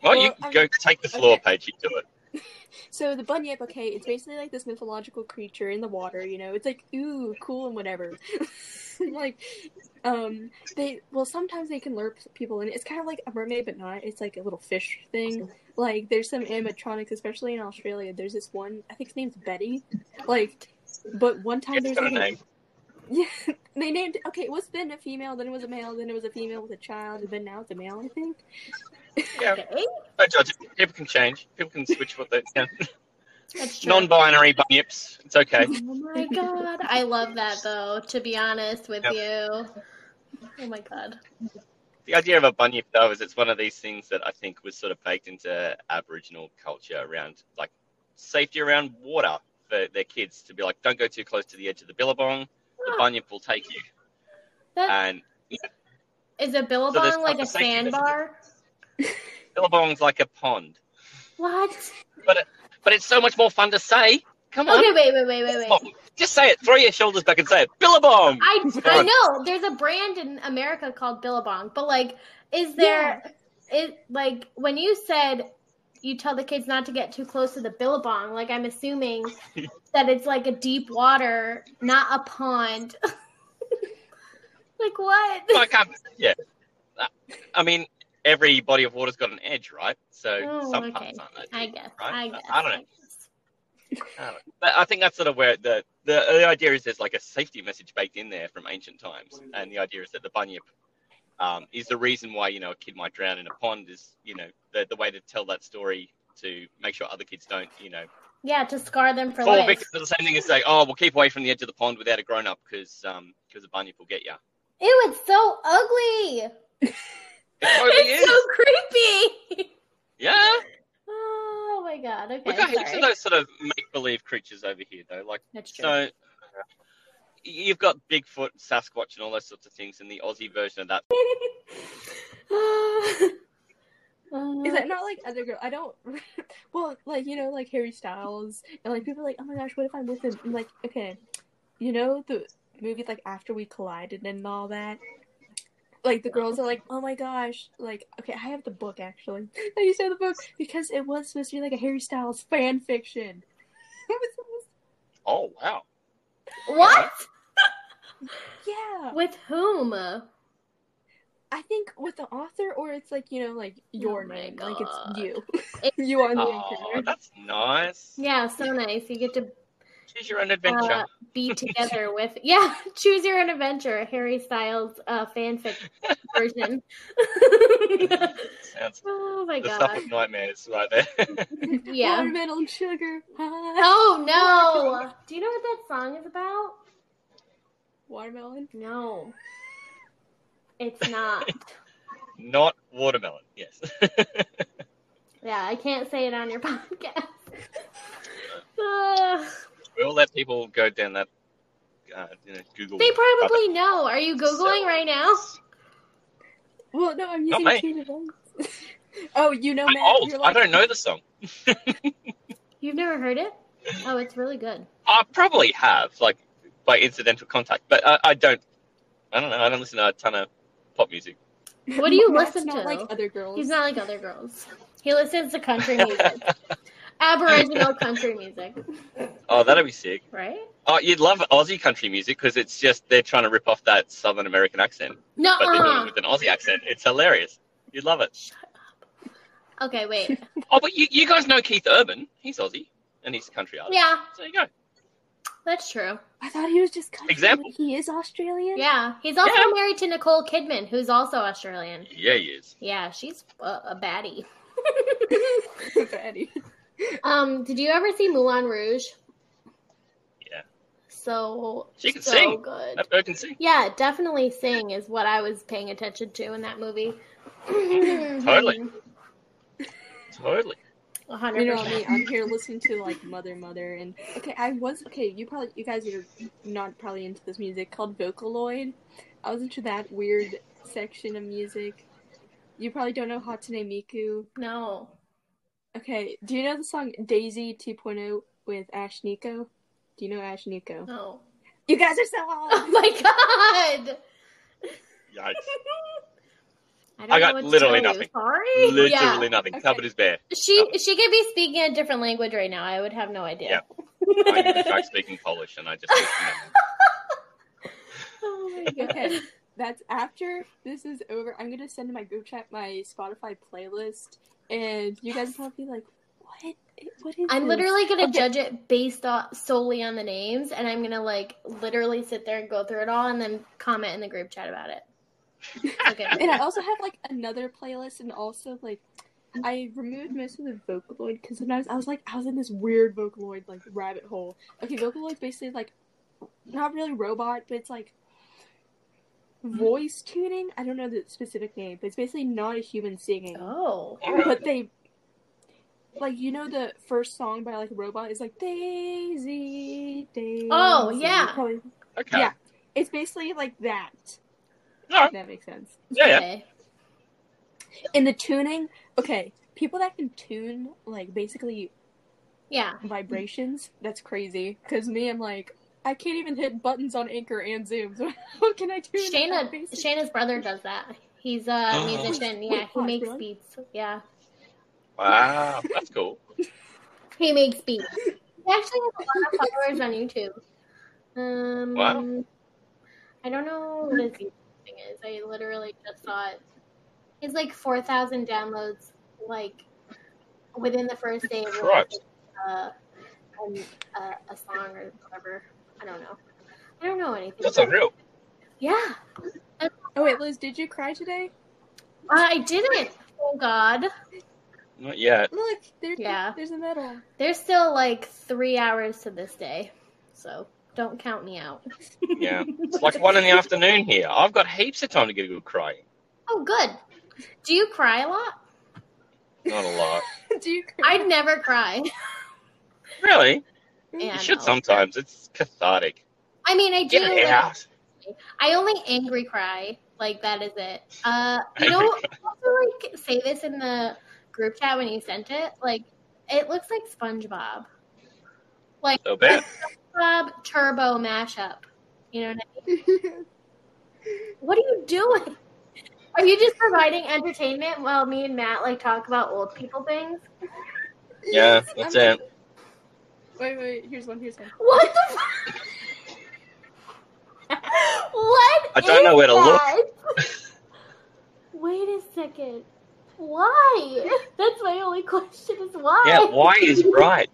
Speaker 4: Well,
Speaker 3: Well,
Speaker 4: you
Speaker 3: I'm-
Speaker 4: go take the floor,
Speaker 3: okay.
Speaker 4: Paige. You do it.
Speaker 3: So the bunyip, okay, it's basically like this mythological creature in the water, you know. It's like ooh, cool and whatever. *laughs* like, um, they well sometimes they can lure people in. It's kind of like a mermaid, but not. It's like a little fish thing. Like there's some animatronics, especially in Australia. There's this one, I think his name's Betty. Like, but one time
Speaker 4: It's
Speaker 3: there's
Speaker 4: got a
Speaker 3: like,
Speaker 4: name.
Speaker 3: *laughs* yeah, they named okay. It was then a female, then it was a male, then it was a female with a child, and then now it's a male. I think.
Speaker 4: Yeah,
Speaker 5: Okay.
Speaker 4: don't judge it. People can change. People can switch what they *laughs* can.
Speaker 5: That's true.
Speaker 4: Non-binary bunyips. It's okay.
Speaker 5: Oh my god. I love that though, to be honest with
Speaker 4: Yep.
Speaker 5: you. Oh my god.
Speaker 4: The idea of a bunyip, though, is it's one of these things that I think was sort of baked into Aboriginal culture around like safety around water for their kids to be like, don't go too close to the edge of the billabong. The
Speaker 5: Oh.
Speaker 4: bunyip will take you.
Speaker 5: That,
Speaker 4: And Uh,
Speaker 5: is a billabong
Speaker 4: there's
Speaker 5: like
Speaker 4: like
Speaker 5: a
Speaker 4: a safety
Speaker 5: sandbar?
Speaker 4: billabong's like a pond,
Speaker 5: What?
Speaker 4: but it's so much more fun to say. Come on,
Speaker 5: Okay, wait, wait, wait, wait, wait.
Speaker 4: Billabong. just say it. Throw your shoulders back and say it. Billabong. *laughs*
Speaker 5: I I
Speaker 4: on.
Speaker 5: know there's a brand in America called Billabong, but like, is there is like when you said you tell the kids not to get too close to the Billabong? Like, I'm
Speaker 4: *laughs*
Speaker 5: assuming that it's like a deep water, not a pond. *laughs* like what?
Speaker 4: I can't. um, Yeah. Uh, I mean, every body of water's got an edge, right? So
Speaker 5: Oh,
Speaker 4: some
Speaker 5: okay.
Speaker 4: parts aren't edgy.
Speaker 5: I guess.
Speaker 4: Right?
Speaker 5: I
Speaker 4: I
Speaker 5: guess.
Speaker 4: don't know. Um, but I think that's sort of where the, the the idea is there's like a safety message baked in there from ancient times, and the idea is that the bunyip um, is the reason why you know a kid might drown in a pond is you know the the way to tell that story to make sure other kids don't you know
Speaker 5: Yeah, to scar them for
Speaker 4: fall
Speaker 5: life.
Speaker 4: victim to the same thing as say oh well keep away from the edge of the pond without a grown up because um because a bunyip will get you.
Speaker 5: Ew, it's so ugly. *laughs*
Speaker 4: Oh, It totally
Speaker 5: it's
Speaker 4: is.
Speaker 5: so creepy. *laughs*
Speaker 4: Yeah,
Speaker 5: oh my god. Okay.
Speaker 4: we got heaps
Speaker 5: sorry. *sighs*
Speaker 4: of those sort of make believe creatures over here though, like.
Speaker 5: That's true.
Speaker 4: So you've got Bigfoot, Sasquatch, and all those sorts of things, and the Aussie version of that.
Speaker 5: Uh,
Speaker 3: Is that not like other girl? I don't. *laughs* Well, like you know, like Harry Styles, and like people are like, oh my gosh, what if I'm with him? I'm like, okay, you know the movie like After We Collided and all that. Like the girls are like, oh my gosh, like okay, I have the book actually. *laughs* I used to have the book because it was supposed to be like a Harry Styles fan fiction.
Speaker 4: Oh wow!
Speaker 5: what?
Speaker 3: yeah,
Speaker 5: With whom?
Speaker 3: I think with the author, or it's like you know, like your
Speaker 5: Oh my
Speaker 3: name, like it's *laughs*
Speaker 5: God.
Speaker 3: you.
Speaker 5: It-
Speaker 3: you are the main
Speaker 4: Oh,
Speaker 3: character.
Speaker 4: that's nice.
Speaker 5: Yeah, so nice. You get to
Speaker 4: Choose your own adventure.
Speaker 5: Uh,
Speaker 4: *laughs*
Speaker 5: be together with yeah *laughs* choose your own adventure harry styles uh
Speaker 4: *laughs*
Speaker 5: fanfic version *laughs*
Speaker 4: Sounds
Speaker 5: Uh, oh my
Speaker 4: the stuff
Speaker 5: god
Speaker 4: of nightmares right there. *laughs*
Speaker 5: yeah
Speaker 3: Watermelon sugar. *laughs* high.
Speaker 5: oh no do you know what that song is about
Speaker 3: Watermelon.
Speaker 5: no it's not
Speaker 4: Not watermelon. Yes. *laughs*
Speaker 5: yeah i can't say it on your *laughs* podcast Uh,
Speaker 4: we'll let people go down that uh, you know, Google.
Speaker 5: they probably know are you googling right now
Speaker 3: Well, no, I'm
Speaker 4: Not
Speaker 3: using
Speaker 4: mine.
Speaker 3: two events. *laughs* oh, you know,
Speaker 4: I'm
Speaker 3: Matt.
Speaker 4: old.
Speaker 3: You're
Speaker 4: I
Speaker 3: like,
Speaker 4: don't know the song.
Speaker 5: you've never heard it oh it's really good
Speaker 4: I probably have, like, by incidental contact, but I, I don't. I don't know. I don't listen to a ton of pop music.
Speaker 5: What do you
Speaker 3: Matt's
Speaker 5: listen
Speaker 3: not
Speaker 5: to?
Speaker 3: Like other girls.
Speaker 5: He's not like other girls. He listens to country music. Aboriginal country music,
Speaker 4: Oh, that'd be sick.
Speaker 5: right?
Speaker 4: Oh, you'd love Aussie country music because it's just they're trying to rip off that Southern American accent,
Speaker 5: No. uh-huh.
Speaker 4: but they're doing it with an Aussie accent. It's hilarious. You'd love it.
Speaker 5: Okay, wait.
Speaker 4: Oh, but you, you guys know Keith Urban. He's Aussie and he's a country artist.
Speaker 5: Yeah,
Speaker 4: So there you go.
Speaker 5: that's true.
Speaker 3: I thought he was just country.
Speaker 4: Example.
Speaker 3: He is Australian. *laughs*
Speaker 5: Yeah, he's also
Speaker 4: Yeah.
Speaker 5: married to Nicole Kidman, who's also Australian.
Speaker 4: Yeah, he is.
Speaker 5: Yeah, she's a, a baddie.
Speaker 3: Betty.
Speaker 5: Um, did you ever see Moulin Rouge?
Speaker 4: Yeah.
Speaker 5: So
Speaker 4: She can
Speaker 5: so
Speaker 4: sing.
Speaker 5: good.
Speaker 4: That bird can sing.
Speaker 5: Yeah, definitely sing is what I was paying attention to in that movie. *laughs*
Speaker 4: Totally. Totally.
Speaker 5: A hundred
Speaker 3: You know
Speaker 5: percent.
Speaker 3: me. I'm
Speaker 5: *laughs*
Speaker 3: here listening to like Mother Mother and okay. I was okay. You probably you guys are not probably into this music called Vocaloid. I was into that weird section of music. You probably don't know Hatsune Miku.
Speaker 5: No.
Speaker 3: Okay, do you know the song Daisy 2.0 with Ash Nico? Do you know Ash Nico?
Speaker 5: No. *laughs*
Speaker 3: You guys are so
Speaker 5: Oh
Speaker 3: old.
Speaker 5: my god.
Speaker 4: Yikes.
Speaker 5: I, don't
Speaker 4: I got
Speaker 5: know what to
Speaker 4: literally
Speaker 5: tell you.
Speaker 4: nothing.
Speaker 5: Sorry.
Speaker 4: Literally
Speaker 5: yeah.
Speaker 4: nothing.
Speaker 3: Okay.
Speaker 4: Covered his
Speaker 5: *laughs*
Speaker 4: bear.
Speaker 5: She she could be speaking a different language right now. I would have no idea.
Speaker 4: *laughs* I'm going to try speaking Polish and I just.
Speaker 5: *laughs* oh my god.
Speaker 3: Okay, that's after this is over. I'm gonna send in my group chat my Spotify playlist, and you guys will probably be like, "What? What is?"
Speaker 5: I'm
Speaker 3: this?"
Speaker 5: literally gonna
Speaker 3: Okay.
Speaker 5: judge it based off solely on the names, and I'm gonna like literally sit there and go through it all, and then comment in the group chat
Speaker 3: *laughs*
Speaker 5: about it. Okay.
Speaker 3: And I also have like another playlist, and also like I removed most of the Vocaloid because sometimes I was like I was in this weird Vocaloid like rabbit hole. Okay, Vocaloid's basically like not really robot, but it's like voice tuning. I don't know the specific name, but it's basically not a human singing,
Speaker 5: Oh.
Speaker 3: but they. Like you know the first song by like robot is like Daisy Daisy.
Speaker 5: Oh, yeah.
Speaker 3: Probably-
Speaker 4: Okay.
Speaker 3: Yeah. It's basically like that.
Speaker 4: All
Speaker 3: If
Speaker 4: right.
Speaker 3: that makes sense
Speaker 4: Yeah, yeah.
Speaker 5: Okay.
Speaker 3: in the tuning okay people that can tune like basically
Speaker 5: Yeah.
Speaker 3: vibrations that's crazy because me i'm like i can't even hit buttons on anchor and zoom so *laughs* how can i tune
Speaker 5: Shayna
Speaker 3: that basic-
Speaker 5: Shayna's brother does that. He's a
Speaker 4: Oh.
Speaker 5: musician.
Speaker 3: Wait,
Speaker 5: Yeah, he
Speaker 3: what,
Speaker 5: makes
Speaker 3: really?
Speaker 5: beats. Yeah.
Speaker 4: Wow. That's cool.
Speaker 5: He makes beats. He actually has a lot of followers on YouTube. Um,
Speaker 4: Wow.
Speaker 5: I don't know what his YouTube thing is. I literally just saw it. He's like four thousand downloads, like within the first day of
Speaker 4: Christ.
Speaker 5: uh, um, uh, a song or whatever. I don't know. I don't know anything.
Speaker 4: That's unreal.
Speaker 5: yeah,
Speaker 3: oh wait liz did you cry today
Speaker 5: Uh, I didn't. Oh God.
Speaker 4: Not yet.
Speaker 3: look there's
Speaker 5: Yeah.
Speaker 3: there's a medal *laughs*
Speaker 5: There's still like three hours to this day, so don't count me out.
Speaker 4: Yeah. It's like one in the afternoon here. I've got heaps of time to get a good cry.
Speaker 5: Oh, good. Do you cry a lot?
Speaker 4: Not a lot.
Speaker 3: do you cry?
Speaker 5: I'd never cry.
Speaker 4: Really?
Speaker 5: Yeah,
Speaker 4: you should
Speaker 5: no.
Speaker 4: sometimes. It's cathartic.
Speaker 5: I mean, I do.
Speaker 4: Get it
Speaker 5: like,
Speaker 4: out.
Speaker 5: I only angry cry. Like that is it. Uh, you know,
Speaker 4: Angry
Speaker 5: also like say this in the group chat when you sent it. Like it looks like SpongeBob,
Speaker 4: So bad.
Speaker 5: SpongeBob Turbo mashup. You know what I mean?
Speaker 4: *laughs*
Speaker 5: what are you doing? Are you just providing entertainment while me and Matt like talk about old people things?
Speaker 4: Yeah, that's
Speaker 3: I'm-
Speaker 4: it.
Speaker 3: wait wait here's one here's one
Speaker 5: What the fuck? what?
Speaker 4: I don't know
Speaker 5: is
Speaker 4: where to look.
Speaker 5: that? Wait a second. Why? That's my only question is why?
Speaker 4: Yeah, why is right?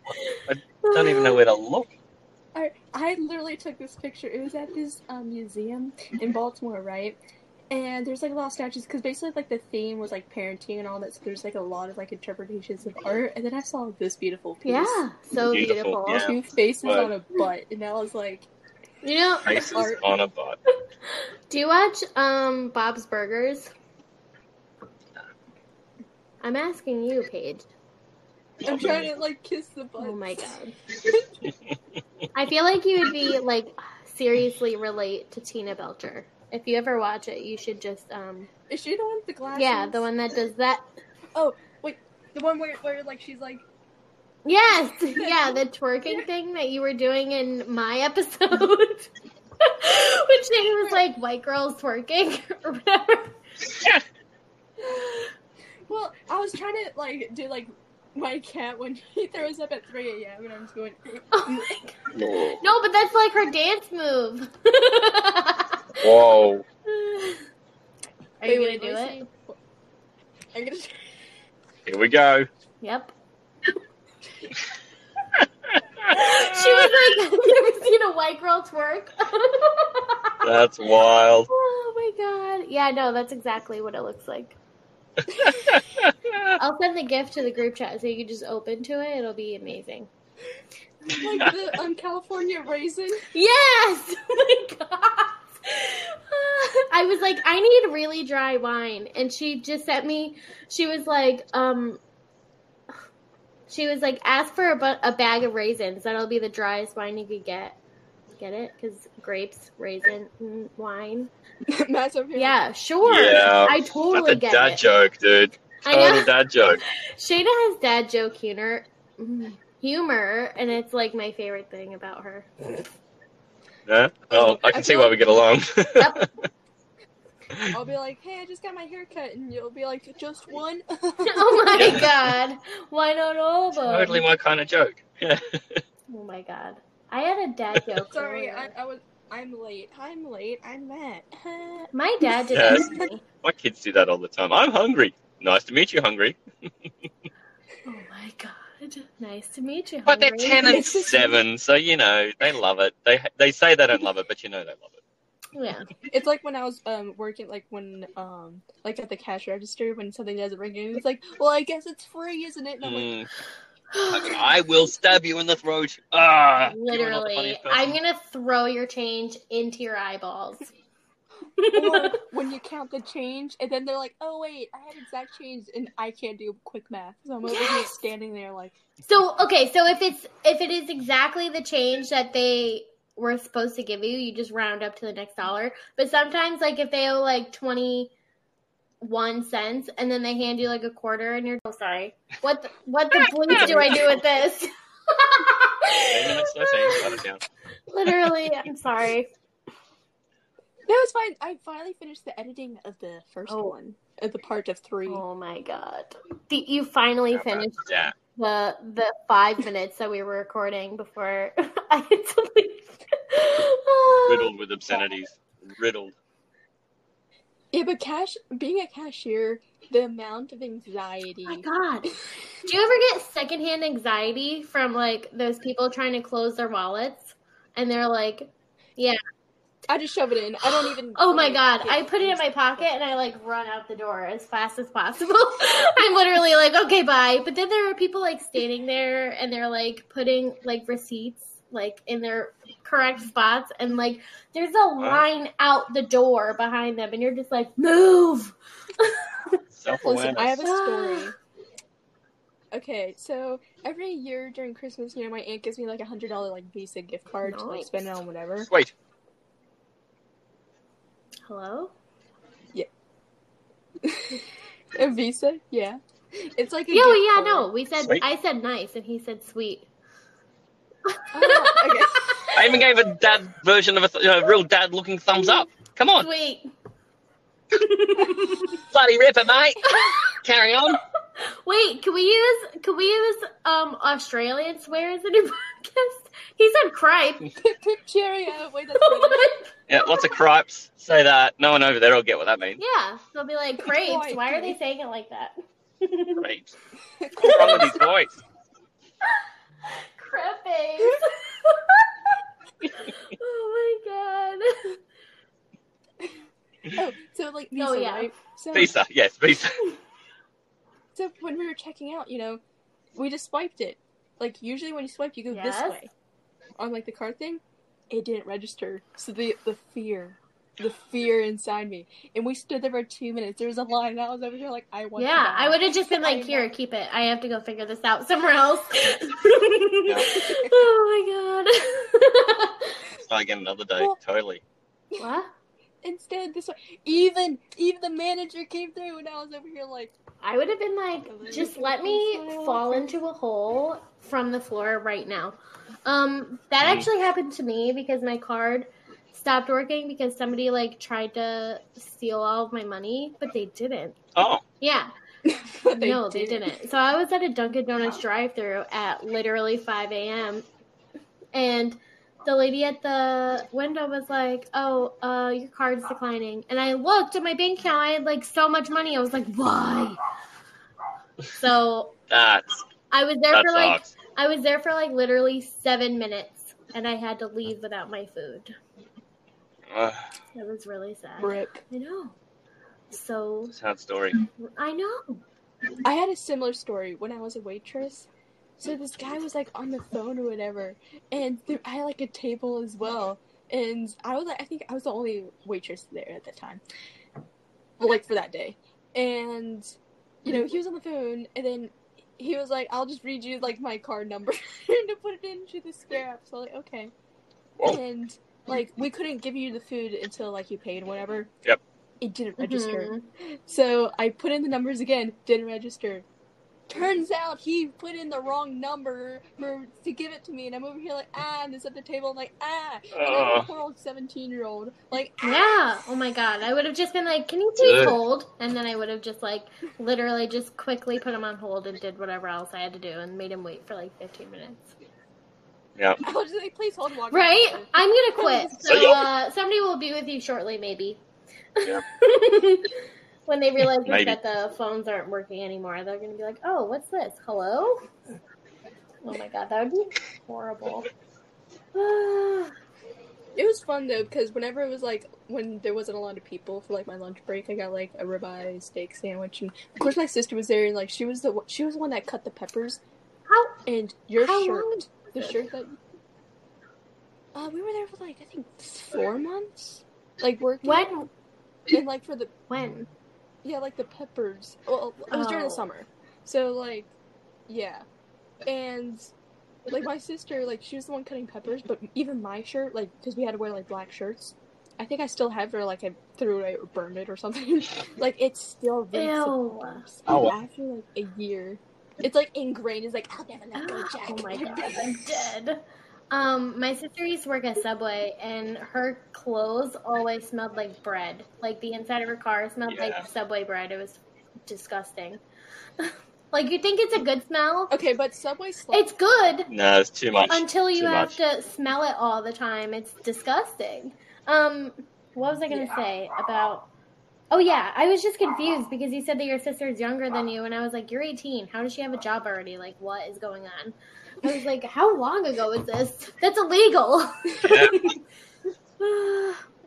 Speaker 4: I don't even know where to look.
Speaker 3: I, I literally took this picture. It was at this um, museum in Baltimore, right? And there's like a lot of statues because basically like the theme was like parenting and all that. So there's like a lot of like interpretations of art. And then I saw this beautiful piece.
Speaker 5: Yeah, so beautiful.
Speaker 4: Beautiful,
Speaker 3: Two faces
Speaker 4: But-
Speaker 3: on a butt, and I was like,
Speaker 5: You know,
Speaker 4: Faces
Speaker 3: Art.
Speaker 4: on a butt.
Speaker 5: do you watch um Bob's Burgers? I'm asking you, Paige.
Speaker 3: I'm trying to like kiss the butt.
Speaker 5: Oh my god. I feel like you would be like seriously relate to Tina Belcher. If you ever watch it, you should just um
Speaker 3: Is she the one with the glasses?
Speaker 5: yeah, the one that does that.
Speaker 3: the one where, where like she's like,
Speaker 5: Yes, yeah, the twerking thing that you were doing in my episode. *laughs* Which name was like white girls twerking or whatever.
Speaker 3: well, I was trying to like do like my cat when *laughs* he throws up at 3 a.m. and I'm just going. *laughs*
Speaker 5: Oh,
Speaker 4: Whoa.
Speaker 5: no, but that's like her dance move.
Speaker 4: *laughs*
Speaker 5: *laughs*
Speaker 4: Whoa.
Speaker 5: Are you
Speaker 3: Wait,
Speaker 5: gonna
Speaker 3: wait,
Speaker 5: do
Speaker 3: let
Speaker 5: it?
Speaker 3: me see. I'm gonna.
Speaker 4: Here we go.
Speaker 5: Yep. She was like, *laughs* "Have you ever seen a white girl twerk?"
Speaker 4: That's wild.
Speaker 5: oh my god! Yeah, no, that's exactly what it looks like. I'll send the gift to the group chat so you can just open to it. It'll be amazing.
Speaker 3: like the um, California raisin.
Speaker 5: Yes! *laughs* Oh my god! I was like, I need really dry wine. And she just sent me, she was like, um, she was like, ask for a, bu- a bag of raisins. That'll be the driest wine you could get. Get it? Because grapes, raisin, mm, wine.
Speaker 3: *laughs* Matt's over here.
Speaker 5: Yeah, sure.
Speaker 4: Yeah.
Speaker 5: I totally
Speaker 4: That's a
Speaker 5: get
Speaker 4: dad
Speaker 5: it.
Speaker 4: joke, dude.
Speaker 5: I
Speaker 4: That was
Speaker 5: know.
Speaker 4: a dad joke.
Speaker 5: Shayna has dad joke humor, mm, humor, and it's like my favorite thing about her.
Speaker 4: Huh? Oh, I can
Speaker 3: I
Speaker 4: see
Speaker 3: feel
Speaker 4: why
Speaker 3: like-
Speaker 4: we get along. *laughs*
Speaker 3: I'll be like, hey, I just got my hair cut, and you'll be like, just one. *laughs*
Speaker 5: *laughs* oh my god! Why not all of them?
Speaker 4: totally my kind of joke. Yeah.
Speaker 5: Oh my god. I had a
Speaker 3: *laughs*
Speaker 5: dad joke.
Speaker 3: Sorry, I,
Speaker 5: earlier.
Speaker 3: I was. I'm late. I'm late. *laughs* I'm Matt.
Speaker 5: My dad did
Speaker 4: Yes.
Speaker 5: that to me.
Speaker 4: My kids do that all the time. I'm hungry. Nice to meet you, hungry.
Speaker 5: Oh my god. Nice to meet you.
Speaker 4: But they're
Speaker 5: hungry.
Speaker 4: ten and seven, so you know they love it. They they say they don't love it, but you know they love it.
Speaker 5: *laughs* Yeah.
Speaker 3: It's like when I was um working, like when um like at the cash register when something doesn't ring, and it's like, well, I guess it's free, isn't it? And I'm like,
Speaker 4: Mm. I will stab you in the throat. Ah, you are not the
Speaker 5: Literally.
Speaker 4: funniest person.
Speaker 5: I'm going to throw your change into
Speaker 3: *laughs*
Speaker 5: your eyeballs. Mm. *laughs*
Speaker 3: or when you count the change, and then they're like, oh wait, I had exact change, and I can't do quick math, so I'm over here
Speaker 5: Yes!
Speaker 3: standing there like,
Speaker 5: So, okay, so if it's if it is exactly the change that they were supposed to give you, you just round up to the next dollar. But sometimes like if they owe like 21 cents and then they hand you like a quarter and you're oh, sorry. What the, what the bleep do I do with this?
Speaker 4: Ten minutes, no change, write it down.
Speaker 5: *laughs* Literally, I'm sorry.
Speaker 3: no, it's fine. I finally finished the editing of the first
Speaker 5: Oh.
Speaker 3: one, of the part of three.
Speaker 5: Oh my god. The- You finally finished
Speaker 4: Yeah.
Speaker 5: the the five minutes that we were recording before *laughs* I had to leave.
Speaker 4: riddled with obscenities. Riddled.
Speaker 3: Yeah, but cash being a cashier, the amount of
Speaker 5: Oh
Speaker 3: anxiety.
Speaker 5: my god. Do you ever get secondhand anxiety from like those people trying to close their wallets and they're like,
Speaker 3: I just shove it in. I don't even.
Speaker 5: *gasps* "Oh my god, I put it in my pocket and I like run out the door as fast as possible." *laughs* I'm literally like, "Okay, bye." But then there are people like standing there and they're like putting like receipts like in their correct spots and like there's a line out the door behind them and you're just like, "Move."
Speaker 4: Self
Speaker 3: Listen,
Speaker 4: awareness.
Speaker 3: I have a
Speaker 5: *gasps*
Speaker 3: story. Okay, so every year during Christmas, you know, my aunt gives me like a hundred dollar like Visa gift card to like
Speaker 5: Nice.
Speaker 3: spend it on whatever.
Speaker 4: Wait,
Speaker 5: Hello?
Speaker 3: A Visa, yeah. It's like a
Speaker 5: Yo,
Speaker 3: gift
Speaker 5: yeah,
Speaker 3: card.
Speaker 5: no. We said
Speaker 4: Sweet.
Speaker 5: I said nice and he said sweet.
Speaker 3: Oh, okay.
Speaker 4: I even gave a dad version of a th- a real dad looking thumbs up. Come on,
Speaker 5: Sweet.
Speaker 4: *laughs* bloody ripper, mate. Carry on.
Speaker 5: Wait, can we use can we use um Australian swears in a *laughs* podcast? He said *laughs* cripe.
Speaker 3: Pip, pip, cheerio. Wait,
Speaker 5: *laughs*
Speaker 3: that's funny.
Speaker 5: Like,
Speaker 4: Yeah, lots of cripes. Say that. No one over there will get what that means.
Speaker 5: yeah, they'll be like crepes.
Speaker 3: Cripe.
Speaker 5: Why are they saying it like that?
Speaker 4: Cripes. *laughs* What's wrong with his voice?
Speaker 5: Crepes. *laughs* Oh my god.
Speaker 3: *laughs* Oh, so like Visa,
Speaker 5: Oh, yeah.
Speaker 3: right? So,
Speaker 4: Visa, yes, Visa.
Speaker 3: so when we were checking out, you know, we just swiped it. Like usually when you swipe, you go
Speaker 5: Yes.
Speaker 3: this way. On like the card thing, it didn't register. So the the fear, the fear inside me, and we stood there for two minutes. There was a line. I was over here like, I want. to
Speaker 5: yeah,
Speaker 3: die.
Speaker 5: I would have just been
Speaker 3: I
Speaker 5: like, "Here,
Speaker 3: know.
Speaker 5: keep it. I have to go figure this out somewhere *laughs* else." oh
Speaker 4: Try again another day.
Speaker 3: Well-
Speaker 4: totally.
Speaker 5: my god! *laughs* what?
Speaker 3: Instead, this way. Even even the manager came through, and I was over here like, *laughs*
Speaker 5: I would have been like, "Just let me fall into a hole from the floor right now." Um, that actually happened to me because my card stopped working because somebody like tried to steal all of my money, but they didn't.
Speaker 4: Oh,
Speaker 5: Yeah,
Speaker 3: *laughs* they
Speaker 5: no, they
Speaker 3: didn't.
Speaker 5: didn't. So I was at a Dunkin' Donuts drive-through at literally 5 a.m. and the lady at the window was like, "Oh, uh, your card's declining." And I looked at my bank account. I had like so much money. I was like, "Why?" So
Speaker 4: that's
Speaker 5: I was there
Speaker 4: that
Speaker 5: for like
Speaker 4: sucks.
Speaker 5: I was there for like literally seven minutes, and I had to leave without my food.
Speaker 4: Ugh,
Speaker 5: It was really sad. I
Speaker 3: Rip.
Speaker 5: know. So
Speaker 4: sad story.
Speaker 5: I know.
Speaker 3: I had a similar story when I was a waitress. So this guy was like on the phone or whatever, and there, I had like a table as well, and I was like, I think I was the only waitress there at that time, well, like for that day, and you know he was on the phone, and then he was like, I'll just read you like my card number *laughs* to put it into the scare app. So like, okay,
Speaker 4: Whoa.
Speaker 3: and like we couldn't give you the food until like you paid whatever.
Speaker 4: Yep.
Speaker 3: It didn't register.
Speaker 5: Mhm.
Speaker 3: So I put in the numbers again, didn't register. Turns out he put in the wrong number for to give it to me, and I'm over here like ah, and this at the table, I'm like ah, and I'm a
Speaker 4: Ugh.
Speaker 3: poor old seventeen year old like *laughs*
Speaker 5: Yeah.
Speaker 3: ah.
Speaker 5: Oh my god. I would have just been like, "Can you please
Speaker 4: Ugh.
Speaker 5: hold?" And then I would have just like literally just quickly put him on hold and did whatever else I had to do and made him wait for like 15 minutes.
Speaker 4: Yeah.
Speaker 3: I was just like, please hold water.
Speaker 5: Right? I'm gonna quit.
Speaker 4: See
Speaker 5: So
Speaker 4: ya.
Speaker 5: uh, somebody will be with you shortly, maybe.
Speaker 4: Yeah.
Speaker 5: *laughs* when they realize
Speaker 4: Maybe.
Speaker 5: that the phones aren't working anymore, they're gonna be like, "Oh, what's this? Hello?" Oh my god, that would be horrible. *sighs*
Speaker 3: It was fun though because whenever it was like when there wasn't a lot of people for like my lunch break, I got like a ribeye steak sandwich, and of course my sister was there, and like she was the one- she was the one that cut the peppers,
Speaker 5: How
Speaker 3: and your
Speaker 5: How
Speaker 3: shirt,
Speaker 5: long
Speaker 3: the
Speaker 5: it?
Speaker 3: shirt that. Uh, we were there for like I think four months, like working.
Speaker 5: when
Speaker 3: And like for the
Speaker 5: when?
Speaker 3: yeah, like the peppers. Well, it was during the
Speaker 5: Oh.
Speaker 3: summer, so like, yeah, and like my sister, like she was the one cutting peppers, but even my shirt, like because we had to wear like black shirts. I think I still have it, or like I threw it away or burned it or something. *laughs* like it's still reeks
Speaker 5: Ew.
Speaker 3: of peppers.
Speaker 4: Oh, wow.
Speaker 3: after like a year, it's like ingrained. It's like I'll never let go, Jack.
Speaker 5: *gasps*
Speaker 3: *laughs*
Speaker 5: Oh *laughs* my god, I'm dead. Um, my sister used to work at Subway, and her clothes always smelled like bread. Like the inside of her car smelled
Speaker 4: Yeah.
Speaker 5: like Subway bread. It was disgusting. *laughs* like you think it's a good smell?
Speaker 3: Okay, but Subway slept.
Speaker 5: It's good
Speaker 4: No, it's too much.
Speaker 5: until you
Speaker 4: too
Speaker 5: have
Speaker 4: much.
Speaker 5: to smell it all the time. It's disgusting. Um, what was I gonna say about? Oh yeah, I was just confused because you said that your sister's younger than you, and I was like, "You're 18. How does she have a job already? Like, what is going on?" I was like, "How long ago is this? That's illegal." *laughs* *sighs*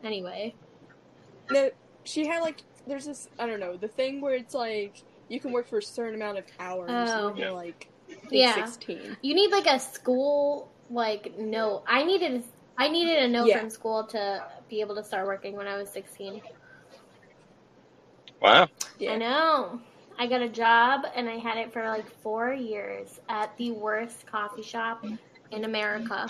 Speaker 5: anyway,
Speaker 3: No, she had like there's this I don't know the thing where it's like you can work for a certain amount of hours
Speaker 5: Oh.
Speaker 3: when you're like I think,
Speaker 5: Yeah.
Speaker 3: sixteen.
Speaker 5: you need like a school like note. I needed I needed a note
Speaker 3: Yeah.
Speaker 5: from school to be able to start working when I was 16.
Speaker 4: Wow.
Speaker 5: I
Speaker 3: Yeah,
Speaker 5: know. I got a job and I had it for like four years at the worst coffee shop in America.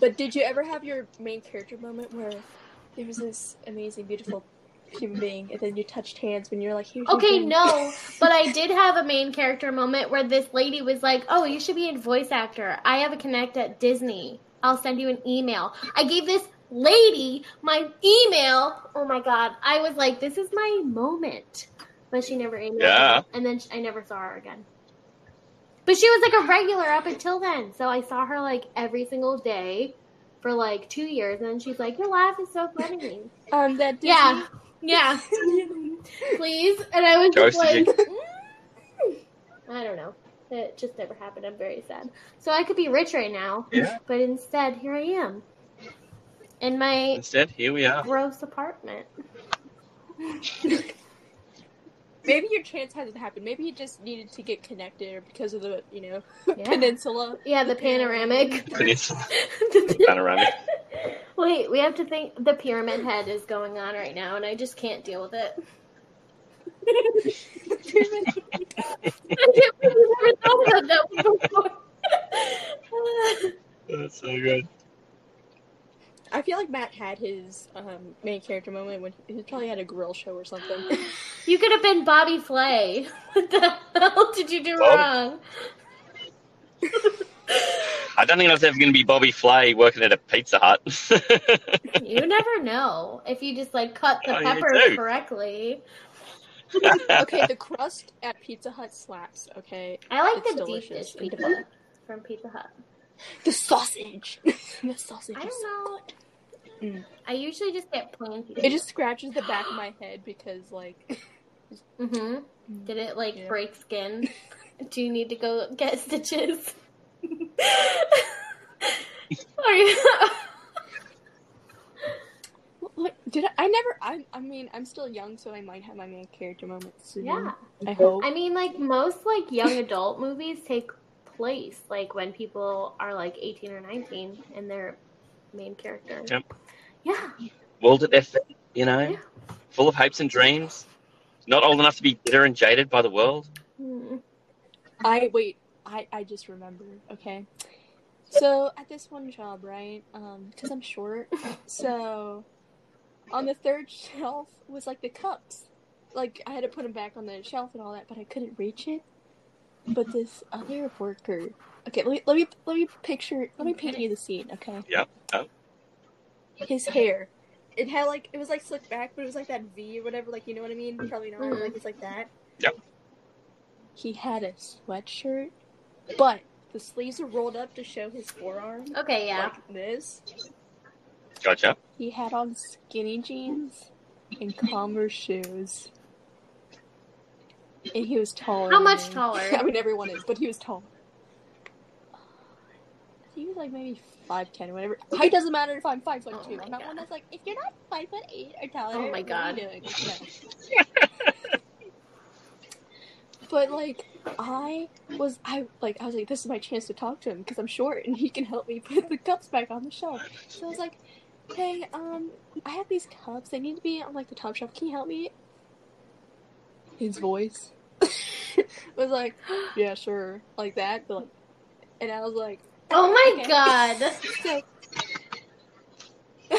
Speaker 3: but did you ever have your main character moment where there was this amazing, beautiful human being, and then you touched hands when you're like, Here's your *laughs*
Speaker 5: Okay,
Speaker 3: drink."
Speaker 5: no, but I did have a main character moment where this lady was like, Oh, you should be a voice actor. I have a connect at Disney. I'll send you an email. I gave this lady my email. Oh my God. I was like, This is my moment. But she never emailed
Speaker 4: Yeah.
Speaker 5: me. And then sh I never saw her again. But she was like a regular up until then. So I saw her like every single day for like two years. And then she's like, Your laugh is so funny.
Speaker 3: Um, that Disney,
Speaker 5: Yeah. Yeah. Please. And I was just
Speaker 4: Joystick.
Speaker 5: like, "Mm." I don't know. It just never happened. I'm very sad. So I could be rich right now,
Speaker 4: Yeah.
Speaker 5: but instead, here I am in my
Speaker 4: Instead, here we are.
Speaker 5: gross *laughs* apartment.
Speaker 3: *laughs* Maybe your chance hasn't happened. Maybe you just needed to get connected or because of the, you know, *laughs*
Speaker 5: Yeah, *laughs*
Speaker 3: peninsula.
Speaker 5: yeah the panoramic.
Speaker 4: Peninsula
Speaker 5: The
Speaker 3: *laughs*
Speaker 4: panoramic.
Speaker 5: Wait, we have to think. The pyramid head is going on right now, and I just can't deal with it. I can't believe *laughs* we never thought about that one before.
Speaker 4: That's so good.
Speaker 3: I feel like Matt had his um, main character moment when he, he probably had a grill show or something.
Speaker 5: *laughs* you could have been Bobby Flay. *laughs* What the hell did you do
Speaker 4: Bobby.
Speaker 5: wrong?
Speaker 4: I don't think I was ever going to be Bobby Flay working at a Pizza Hut. *laughs*
Speaker 5: You never know if you just like cut the
Speaker 4: Oh, you
Speaker 5: peppers
Speaker 4: do.
Speaker 5: correctly.
Speaker 3: okay, the crust at Pizza Hut slaps. Okay,
Speaker 5: I like
Speaker 3: It's
Speaker 5: the deep
Speaker 3: delicious
Speaker 5: dish
Speaker 3: and
Speaker 5: pizza
Speaker 3: divine.
Speaker 5: from Pizza Hut.
Speaker 3: the sausage. *laughs* the sausage.
Speaker 5: I
Speaker 3: is-
Speaker 5: don't know.
Speaker 3: Mm.
Speaker 5: I usually just get plain pizza.
Speaker 3: It just scratches the back of my head because
Speaker 5: *laughs*
Speaker 3: like
Speaker 5: hmm Did it like
Speaker 3: Yeah.
Speaker 5: break
Speaker 3: *laughs*
Speaker 5: skin? Do you need to go get stitches? *laughs* Are you?
Speaker 3: what, did I, I never? I I mean I'm still young, so I might have my main character moment soon.
Speaker 5: yeah.
Speaker 3: I hope.
Speaker 5: I mean, like most like young adult movies take place like when people are like eighteen or nineteen and their main character.
Speaker 4: Yep.
Speaker 5: Yeah.
Speaker 4: World at their feet, you know,
Speaker 5: Yeah.
Speaker 4: full of hopes and dreams. Not old enough to be bitter and jaded by the world.
Speaker 5: Hmm.
Speaker 3: I wait. I I just remembered. Okay. So at this one job, right? Um, because I'm short. So on the third shelf was like the cups. Like I had to put them back on the shelf and all that, but I couldn't reach it. But this other worker. Okay, let me let me let me picture. Let me paint you the scene. Okay.
Speaker 4: Yep, yep.
Speaker 3: His hair. It had like it was like slicked back, but it was like that V or whatever. Like you know what I mean? You probably know. right?
Speaker 5: Mhm.
Speaker 3: Like it's like that.
Speaker 4: Yep.
Speaker 3: He had a sweatshirt but the sleeves are rolled up to show his forearm.
Speaker 5: Okay. Oh, Yeah.
Speaker 3: Like this.
Speaker 4: Gotcha.
Speaker 3: He had on skinny jeans and Converse shoes. And he was taller.
Speaker 5: How
Speaker 3: than
Speaker 5: much
Speaker 3: me.
Speaker 5: taller?
Speaker 3: *laughs* I mean, everyone is, but he was taller. He was like maybe five ten or whatever. Height doesn't matter if I'm five foot
Speaker 5: Oh
Speaker 3: two.
Speaker 5: my
Speaker 3: I'm not
Speaker 5: God.
Speaker 3: one that's like if you're not five foot eight or taller.
Speaker 5: Oh my
Speaker 3: what are you
Speaker 5: God. *laughs*
Speaker 3: doing? No. but like I was, I like I was like this is my chance to talk to him because I'm short and he can help me put the cups back on the shelf. So I was like, hey, um, I have these cups. They need to be on like the top shelf. Can you help me? His voice *laughs* was like, *gasps* yeah, sure, like that. But like, and I was like,
Speaker 5: Oh my
Speaker 3: Okay. *laughs*
Speaker 5: god.
Speaker 3: so,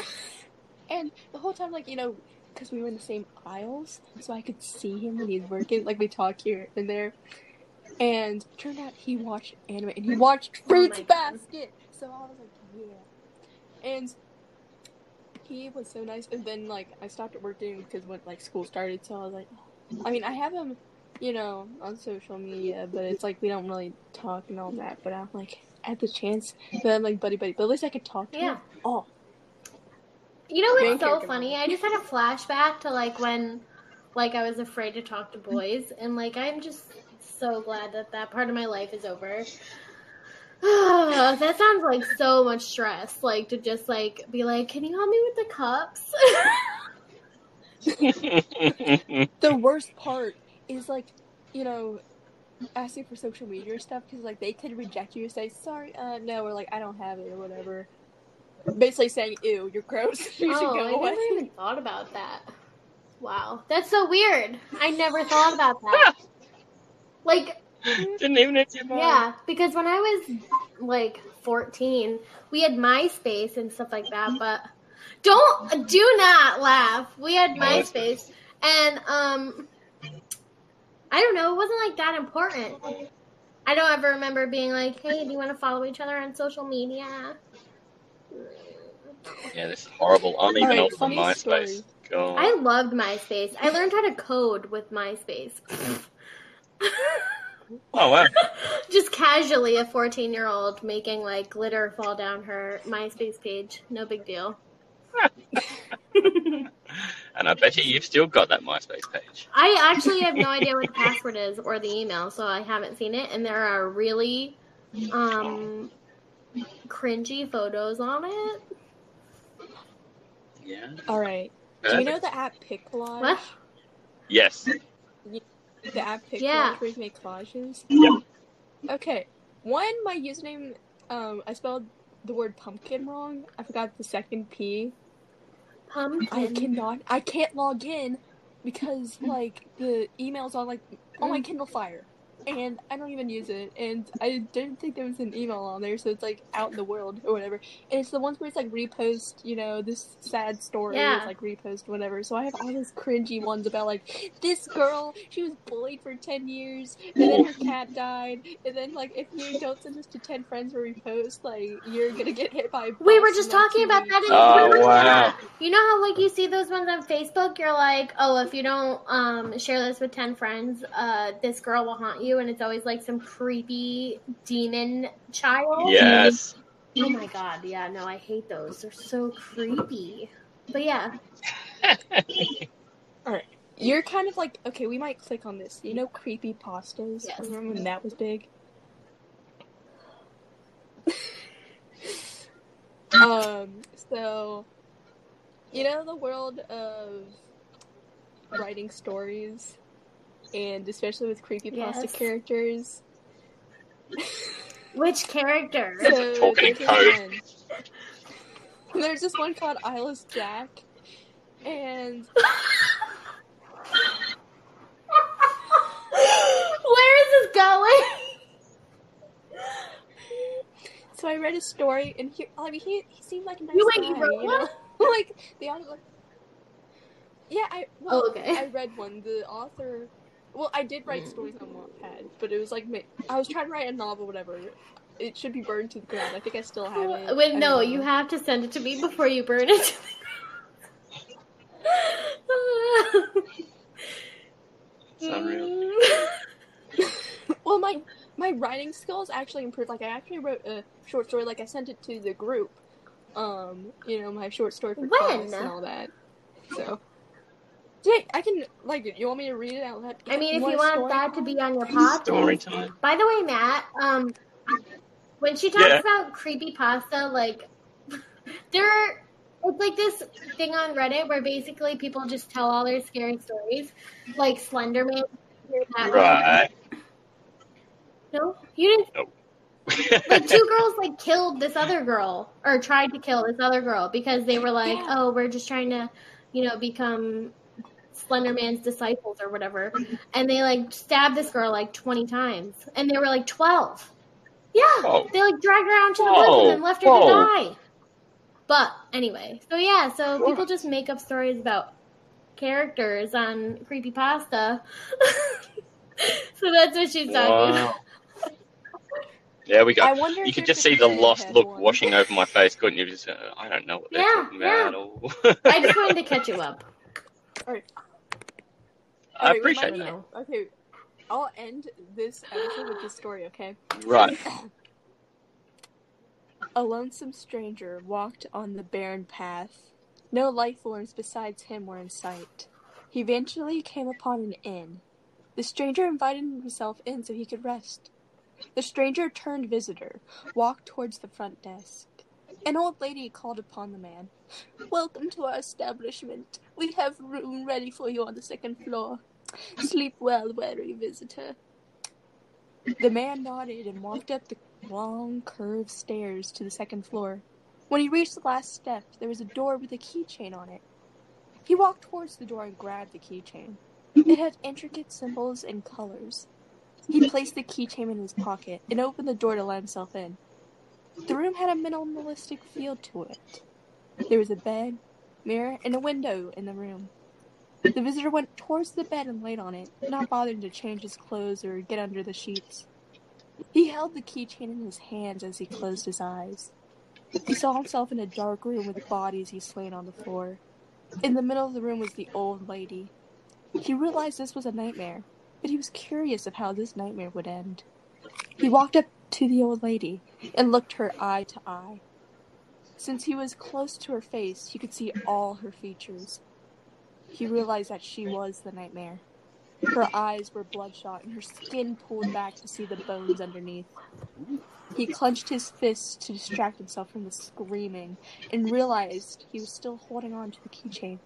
Speaker 3: and the whole time, like you know, because we were in the same aisles, so I could see him when he's working. Like we talk here and there, and turned out he watched anime and he watched
Speaker 5: Oh my
Speaker 3: Fruits
Speaker 5: God.
Speaker 3: Basket. So I was like, yeah, and he was so nice. And then like I stopped at work doing because when like school started, so I was like, I mean, I have him. You know, on social media, but it's like we don't really talk and all that. But I'm like, at the chance but I'm like buddy buddy. But at least I could talk to
Speaker 5: Yeah.
Speaker 3: him. Oh,
Speaker 5: You know what's
Speaker 3: Main
Speaker 5: so
Speaker 3: character
Speaker 5: funny?
Speaker 3: moment.
Speaker 5: I just had a flashback to like when, like I was afraid to talk to boys, and like I'm just so glad that that part of my life is over. *sighs* that sounds like so much stress. Like to just like be like, can you help me with the cups? *laughs*
Speaker 3: the worst part is like, you know, asking for social media or stuff because like they could reject you and say sorry, uh, no, or like I don't have it or whatever. Basically saying, "Ew, you're gross. *laughs* you should
Speaker 5: oh,
Speaker 3: go
Speaker 5: I
Speaker 3: away."
Speaker 5: never even thought about that. Wow, that's so weird. I never thought
Speaker 3: *laughs*
Speaker 5: about that. like
Speaker 4: Didn't even hit your mind.
Speaker 5: Yeah, because when I was like 14, we had MySpace and stuff like that, but don't do not laugh. We had MySpace and um I don't know, it wasn't like that important. I don't ever remember being like, "Hey, do you want to follow each other on social media?"
Speaker 4: Yeah, this is horrible. I'm even
Speaker 3: Alright,
Speaker 4: older than
Speaker 3: funny
Speaker 4: MySpace.
Speaker 3: story.
Speaker 4: God.
Speaker 5: I loved MySpace. I learned how to code with MySpace. *laughs*
Speaker 4: Oh, wow.
Speaker 5: Just casually, a 14 year old making like glitter fall down her MySpace page. No big deal.
Speaker 4: And I bet you you've still got that MySpace page.
Speaker 5: I actually have no idea what the password is or the email, so I haven't seen it. And there are really um, cringy photos on it.
Speaker 4: Yeah.
Speaker 3: All right. Do you
Speaker 4: Perfect.
Speaker 3: know the app Pick Lodge?
Speaker 5: What?
Speaker 3: *laughs*
Speaker 4: Yes.
Speaker 3: The app Pick
Speaker 5: Yeah.
Speaker 3: Lodge where you can make collages?
Speaker 4: Yep.
Speaker 3: Okay. One, my username, um, I spelled the word pumpkin wrong. I forgot the second P.
Speaker 5: Pumpkin.
Speaker 3: I cannot. I can't log in because
Speaker 5: Mm.
Speaker 3: like the emails are like on my Kindle Fire, and I don't even use it. And I didn't think there was an email on there, so it's like out in the world or whatever. And it's the ones where it's like repost, you know, this sad story is
Speaker 5: Yeah.
Speaker 3: like repost whatever. So I have all these cringy ones about like this girl, she was bullied for ten years, and then her cat died, and then like if you don't send this to ten friends for repost, like you're gonna get hit by. a
Speaker 5: We were
Speaker 3: bus
Speaker 5: just
Speaker 3: in, like,
Speaker 5: talking
Speaker 3: two
Speaker 5: about
Speaker 3: weeks.
Speaker 5: that. In
Speaker 4: Oh,
Speaker 5: we were-
Speaker 4: wow.
Speaker 5: You know how like you see those ones on Facebook? You're like, oh, if you don't um, share this with ten friends, uh, this girl will haunt you, and it's always like some creepy demon child.
Speaker 4: Yes.
Speaker 5: Oh my god. Yeah. No, I hate those. They're so creepy. But yeah,
Speaker 3: You're kind of like okay, we might click on this. You know, creepy pastas.
Speaker 5: Yes.
Speaker 3: Remember when that was
Speaker 5: *laughs*
Speaker 3: big? um. So, you know the world of writing stories, and especially with creepy pasta
Speaker 5: Yes.
Speaker 3: characters.
Speaker 5: which character?
Speaker 4: That's a talking
Speaker 3: there's this
Speaker 4: code.
Speaker 3: one- There's this one called Eyeless Jack, and
Speaker 5: Where is this going?
Speaker 3: So I read his story, and he, I mean, he, he seemed like a nice
Speaker 5: You
Speaker 3: guy.
Speaker 5: wait, you wrote
Speaker 3: you
Speaker 5: one? *laughs*
Speaker 3: know? like the author. Like, yeah, I well,
Speaker 5: Oh, okay.
Speaker 3: I read one. The author. Well, I did write stories on Wattpad, but it was like ma- I was trying to write a novel, whatever. It should be burned to the ground. I think I still have it. I
Speaker 5: Wait,
Speaker 3: don't
Speaker 5: no,
Speaker 3: know.
Speaker 5: you have to send it to me before you burn it.
Speaker 4: It's unreal.
Speaker 3: Well, my my writing skills actually improved. Like I actually wrote a short story. Like I sent it to the group. Um, you know my short story for
Speaker 5: When?
Speaker 3: class and all that. So, yeah, I can like. You want me to read it out loud?
Speaker 5: I mean, if
Speaker 3: want
Speaker 5: you
Speaker 3: a
Speaker 5: want
Speaker 3: story?
Speaker 5: that to be on your podcast.
Speaker 4: Story time.
Speaker 5: By the way, Matt, um, when she talks
Speaker 4: Yeah.
Speaker 5: about creepy pasta, like *laughs* there, are- it's like this thing on Reddit where basically people just tell all their scary stories, like Slenderman. hear that
Speaker 4: Right.
Speaker 5: No, you didn't
Speaker 4: *laughs*
Speaker 5: like two girls like killed this other girl or tried to kill this other girl because they were like,
Speaker 3: Yeah.
Speaker 5: oh, we're just trying to, you know, become Slenderman's disciples or whatever. And they like stabbed this girl like 20 times and they were like 12. Yeah.
Speaker 4: Whoa.
Speaker 5: They like dragged her out into the
Speaker 4: Oh. Whoa.
Speaker 5: woods and then left her
Speaker 4: Whoa.
Speaker 5: to die. But anyway, so yeah, so people just make up stories about characters on creepypasta. *laughs* so that's what she's talking
Speaker 4: Wow.
Speaker 5: about.
Speaker 4: There we
Speaker 3: I
Speaker 4: go.
Speaker 3: wonder.
Speaker 4: You
Speaker 3: if
Speaker 4: could
Speaker 3: there's
Speaker 4: just
Speaker 3: a
Speaker 4: see the
Speaker 3: kid
Speaker 4: lost
Speaker 3: had
Speaker 4: look
Speaker 3: one.
Speaker 4: washing over my face, couldn't you? Just, uh, I don't know what they're
Speaker 5: Yeah,
Speaker 4: talking about.
Speaker 5: I
Speaker 4: Or...
Speaker 5: just wanted to catch you up.
Speaker 4: *laughs* I
Speaker 3: Okay, wait,
Speaker 4: appreciate
Speaker 3: mine-
Speaker 4: that.
Speaker 3: Okay, I'll end this episode with this story. Okay.
Speaker 4: Right.
Speaker 3: A lonesome stranger walked on the barren path. No life forms besides him were in sight. He eventually came upon an inn. The stranger invited himself in so he could rest. The stranger turned visitor, walked towards the front desk. An old lady called upon the man. Welcome to our establishment. We have room ready for you on the second floor. Sleep well, wary visitor. The man nodded and walked up the long curved stairs to the second floor. When he reached the last step, there was a door with a keychain on it. He walked towards the door and grabbed the keychain. It had intricate symbols and colors. He placed the keychain in his pocket and opened the door to let himself in. The room had a minimalistic feel to it. There was a bed, mirror, and a window in the room. The visitor went towards the bed and laid on it, not bothering to change his clothes or get under the sheets. He held the keychain in his hands as he closed his eyes. He saw himself in a dark room with bodies he slain on the floor. In the middle of the room was the old lady. He realized this was a nightmare, but he was curious of how this nightmare would end. He walked up to the old lady and looked her eye to eye. Since he was close to her face, he could see all her features. He realized that she was the nightmare. Her eyes were bloodshot and her skin pulled back to see the bones underneath. He clenched his fists to distract himself from the screaming and realized he was still holding on to the keychain.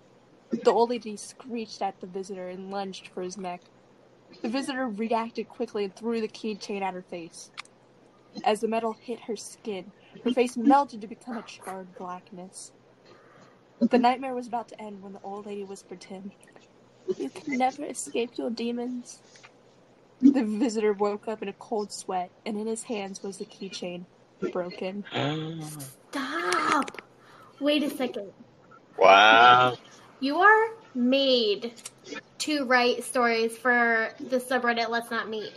Speaker 3: The old lady screeched at the visitor and lunged for his neck. The visitor reacted quickly and threw the keychain at her face. As the metal hit her skin, her face melted to become a charred blackness. The nightmare was about to end when the old lady whispered to him, You can never escape your demons. The visitor woke up in a cold sweat, and in his hands was the keychain, broken.
Speaker 5: Stop. Wait a second.
Speaker 4: Wow.
Speaker 5: You are made to write stories for the subreddit Let's Not Meet.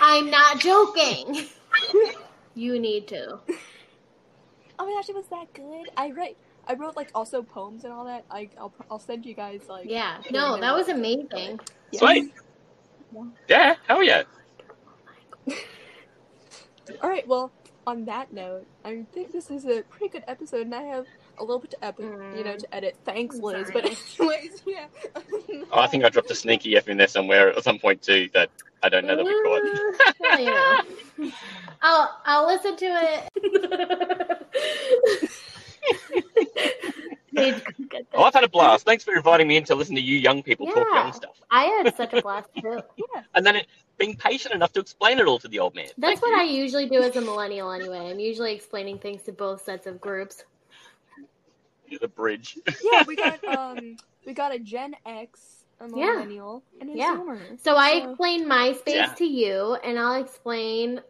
Speaker 5: I'm not joking. You need to.
Speaker 3: Oh my gosh, it was that good. I write, I wrote like also poems and all that. I, I'll, I'll send you guys like.
Speaker 5: Yeah. No, that was amazing.
Speaker 3: Yes.
Speaker 4: Sweet. Yeah. Hell yeah.
Speaker 3: All right. Well, on that note, I think this is a pretty good episode, and I have a little bit to epi- you know, to edit. Thanks,
Speaker 5: I'm
Speaker 3: Liz.
Speaker 5: sorry.
Speaker 3: But anyways, *laughs* yeah.
Speaker 4: Oh, I
Speaker 3: *laughs*
Speaker 4: think I dropped a sneaky F in there somewhere at some point too that I don't know that we caught.
Speaker 5: Hell yeah. I'll I'll listen to it. We've got
Speaker 4: Well, Oh, I've
Speaker 5: this.
Speaker 4: had a blast. Thanks for inviting me in to listen to you young people talk
Speaker 5: Yeah.
Speaker 4: young stuff.
Speaker 5: I had such a blast too.
Speaker 4: And then it, being patient enough to explain it all to the old man.
Speaker 5: That's what I usually do as a millennial anyway. I'm usually explaining things to both sets of groups.
Speaker 4: You're the *laughs* bridge.
Speaker 3: yeah, we got um, we got a Gen X, a
Speaker 5: Yeah.
Speaker 3: millennial, and a
Speaker 5: Yeah.
Speaker 3: Zoomer.
Speaker 5: So I
Speaker 3: So-
Speaker 5: explain MySpace
Speaker 4: Yeah.
Speaker 5: to you, and I'll explain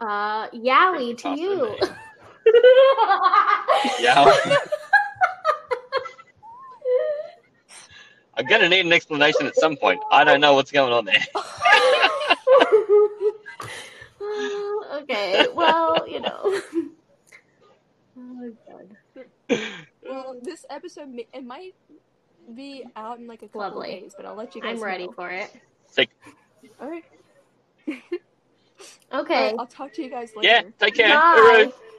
Speaker 5: uh, Yowie to
Speaker 4: Tough,
Speaker 5: you.
Speaker 4: isn't it?
Speaker 5: *laughs*
Speaker 4: Yeah. I'm going to need an explanation at some point. I don't know what's going on there.
Speaker 3: *laughs*
Speaker 5: Well, okay, well, you know. Oh, God.
Speaker 3: Well, this episode may- it might be out in like a couple
Speaker 5: Lovely.
Speaker 3: days, but I'll let you guys.
Speaker 5: I'm ready
Speaker 3: know.
Speaker 5: for it.
Speaker 3: All right.
Speaker 5: Okay.
Speaker 3: I'll talk to you guys later.
Speaker 4: Yeah, take care.
Speaker 5: Bye.
Speaker 4: Hooroo.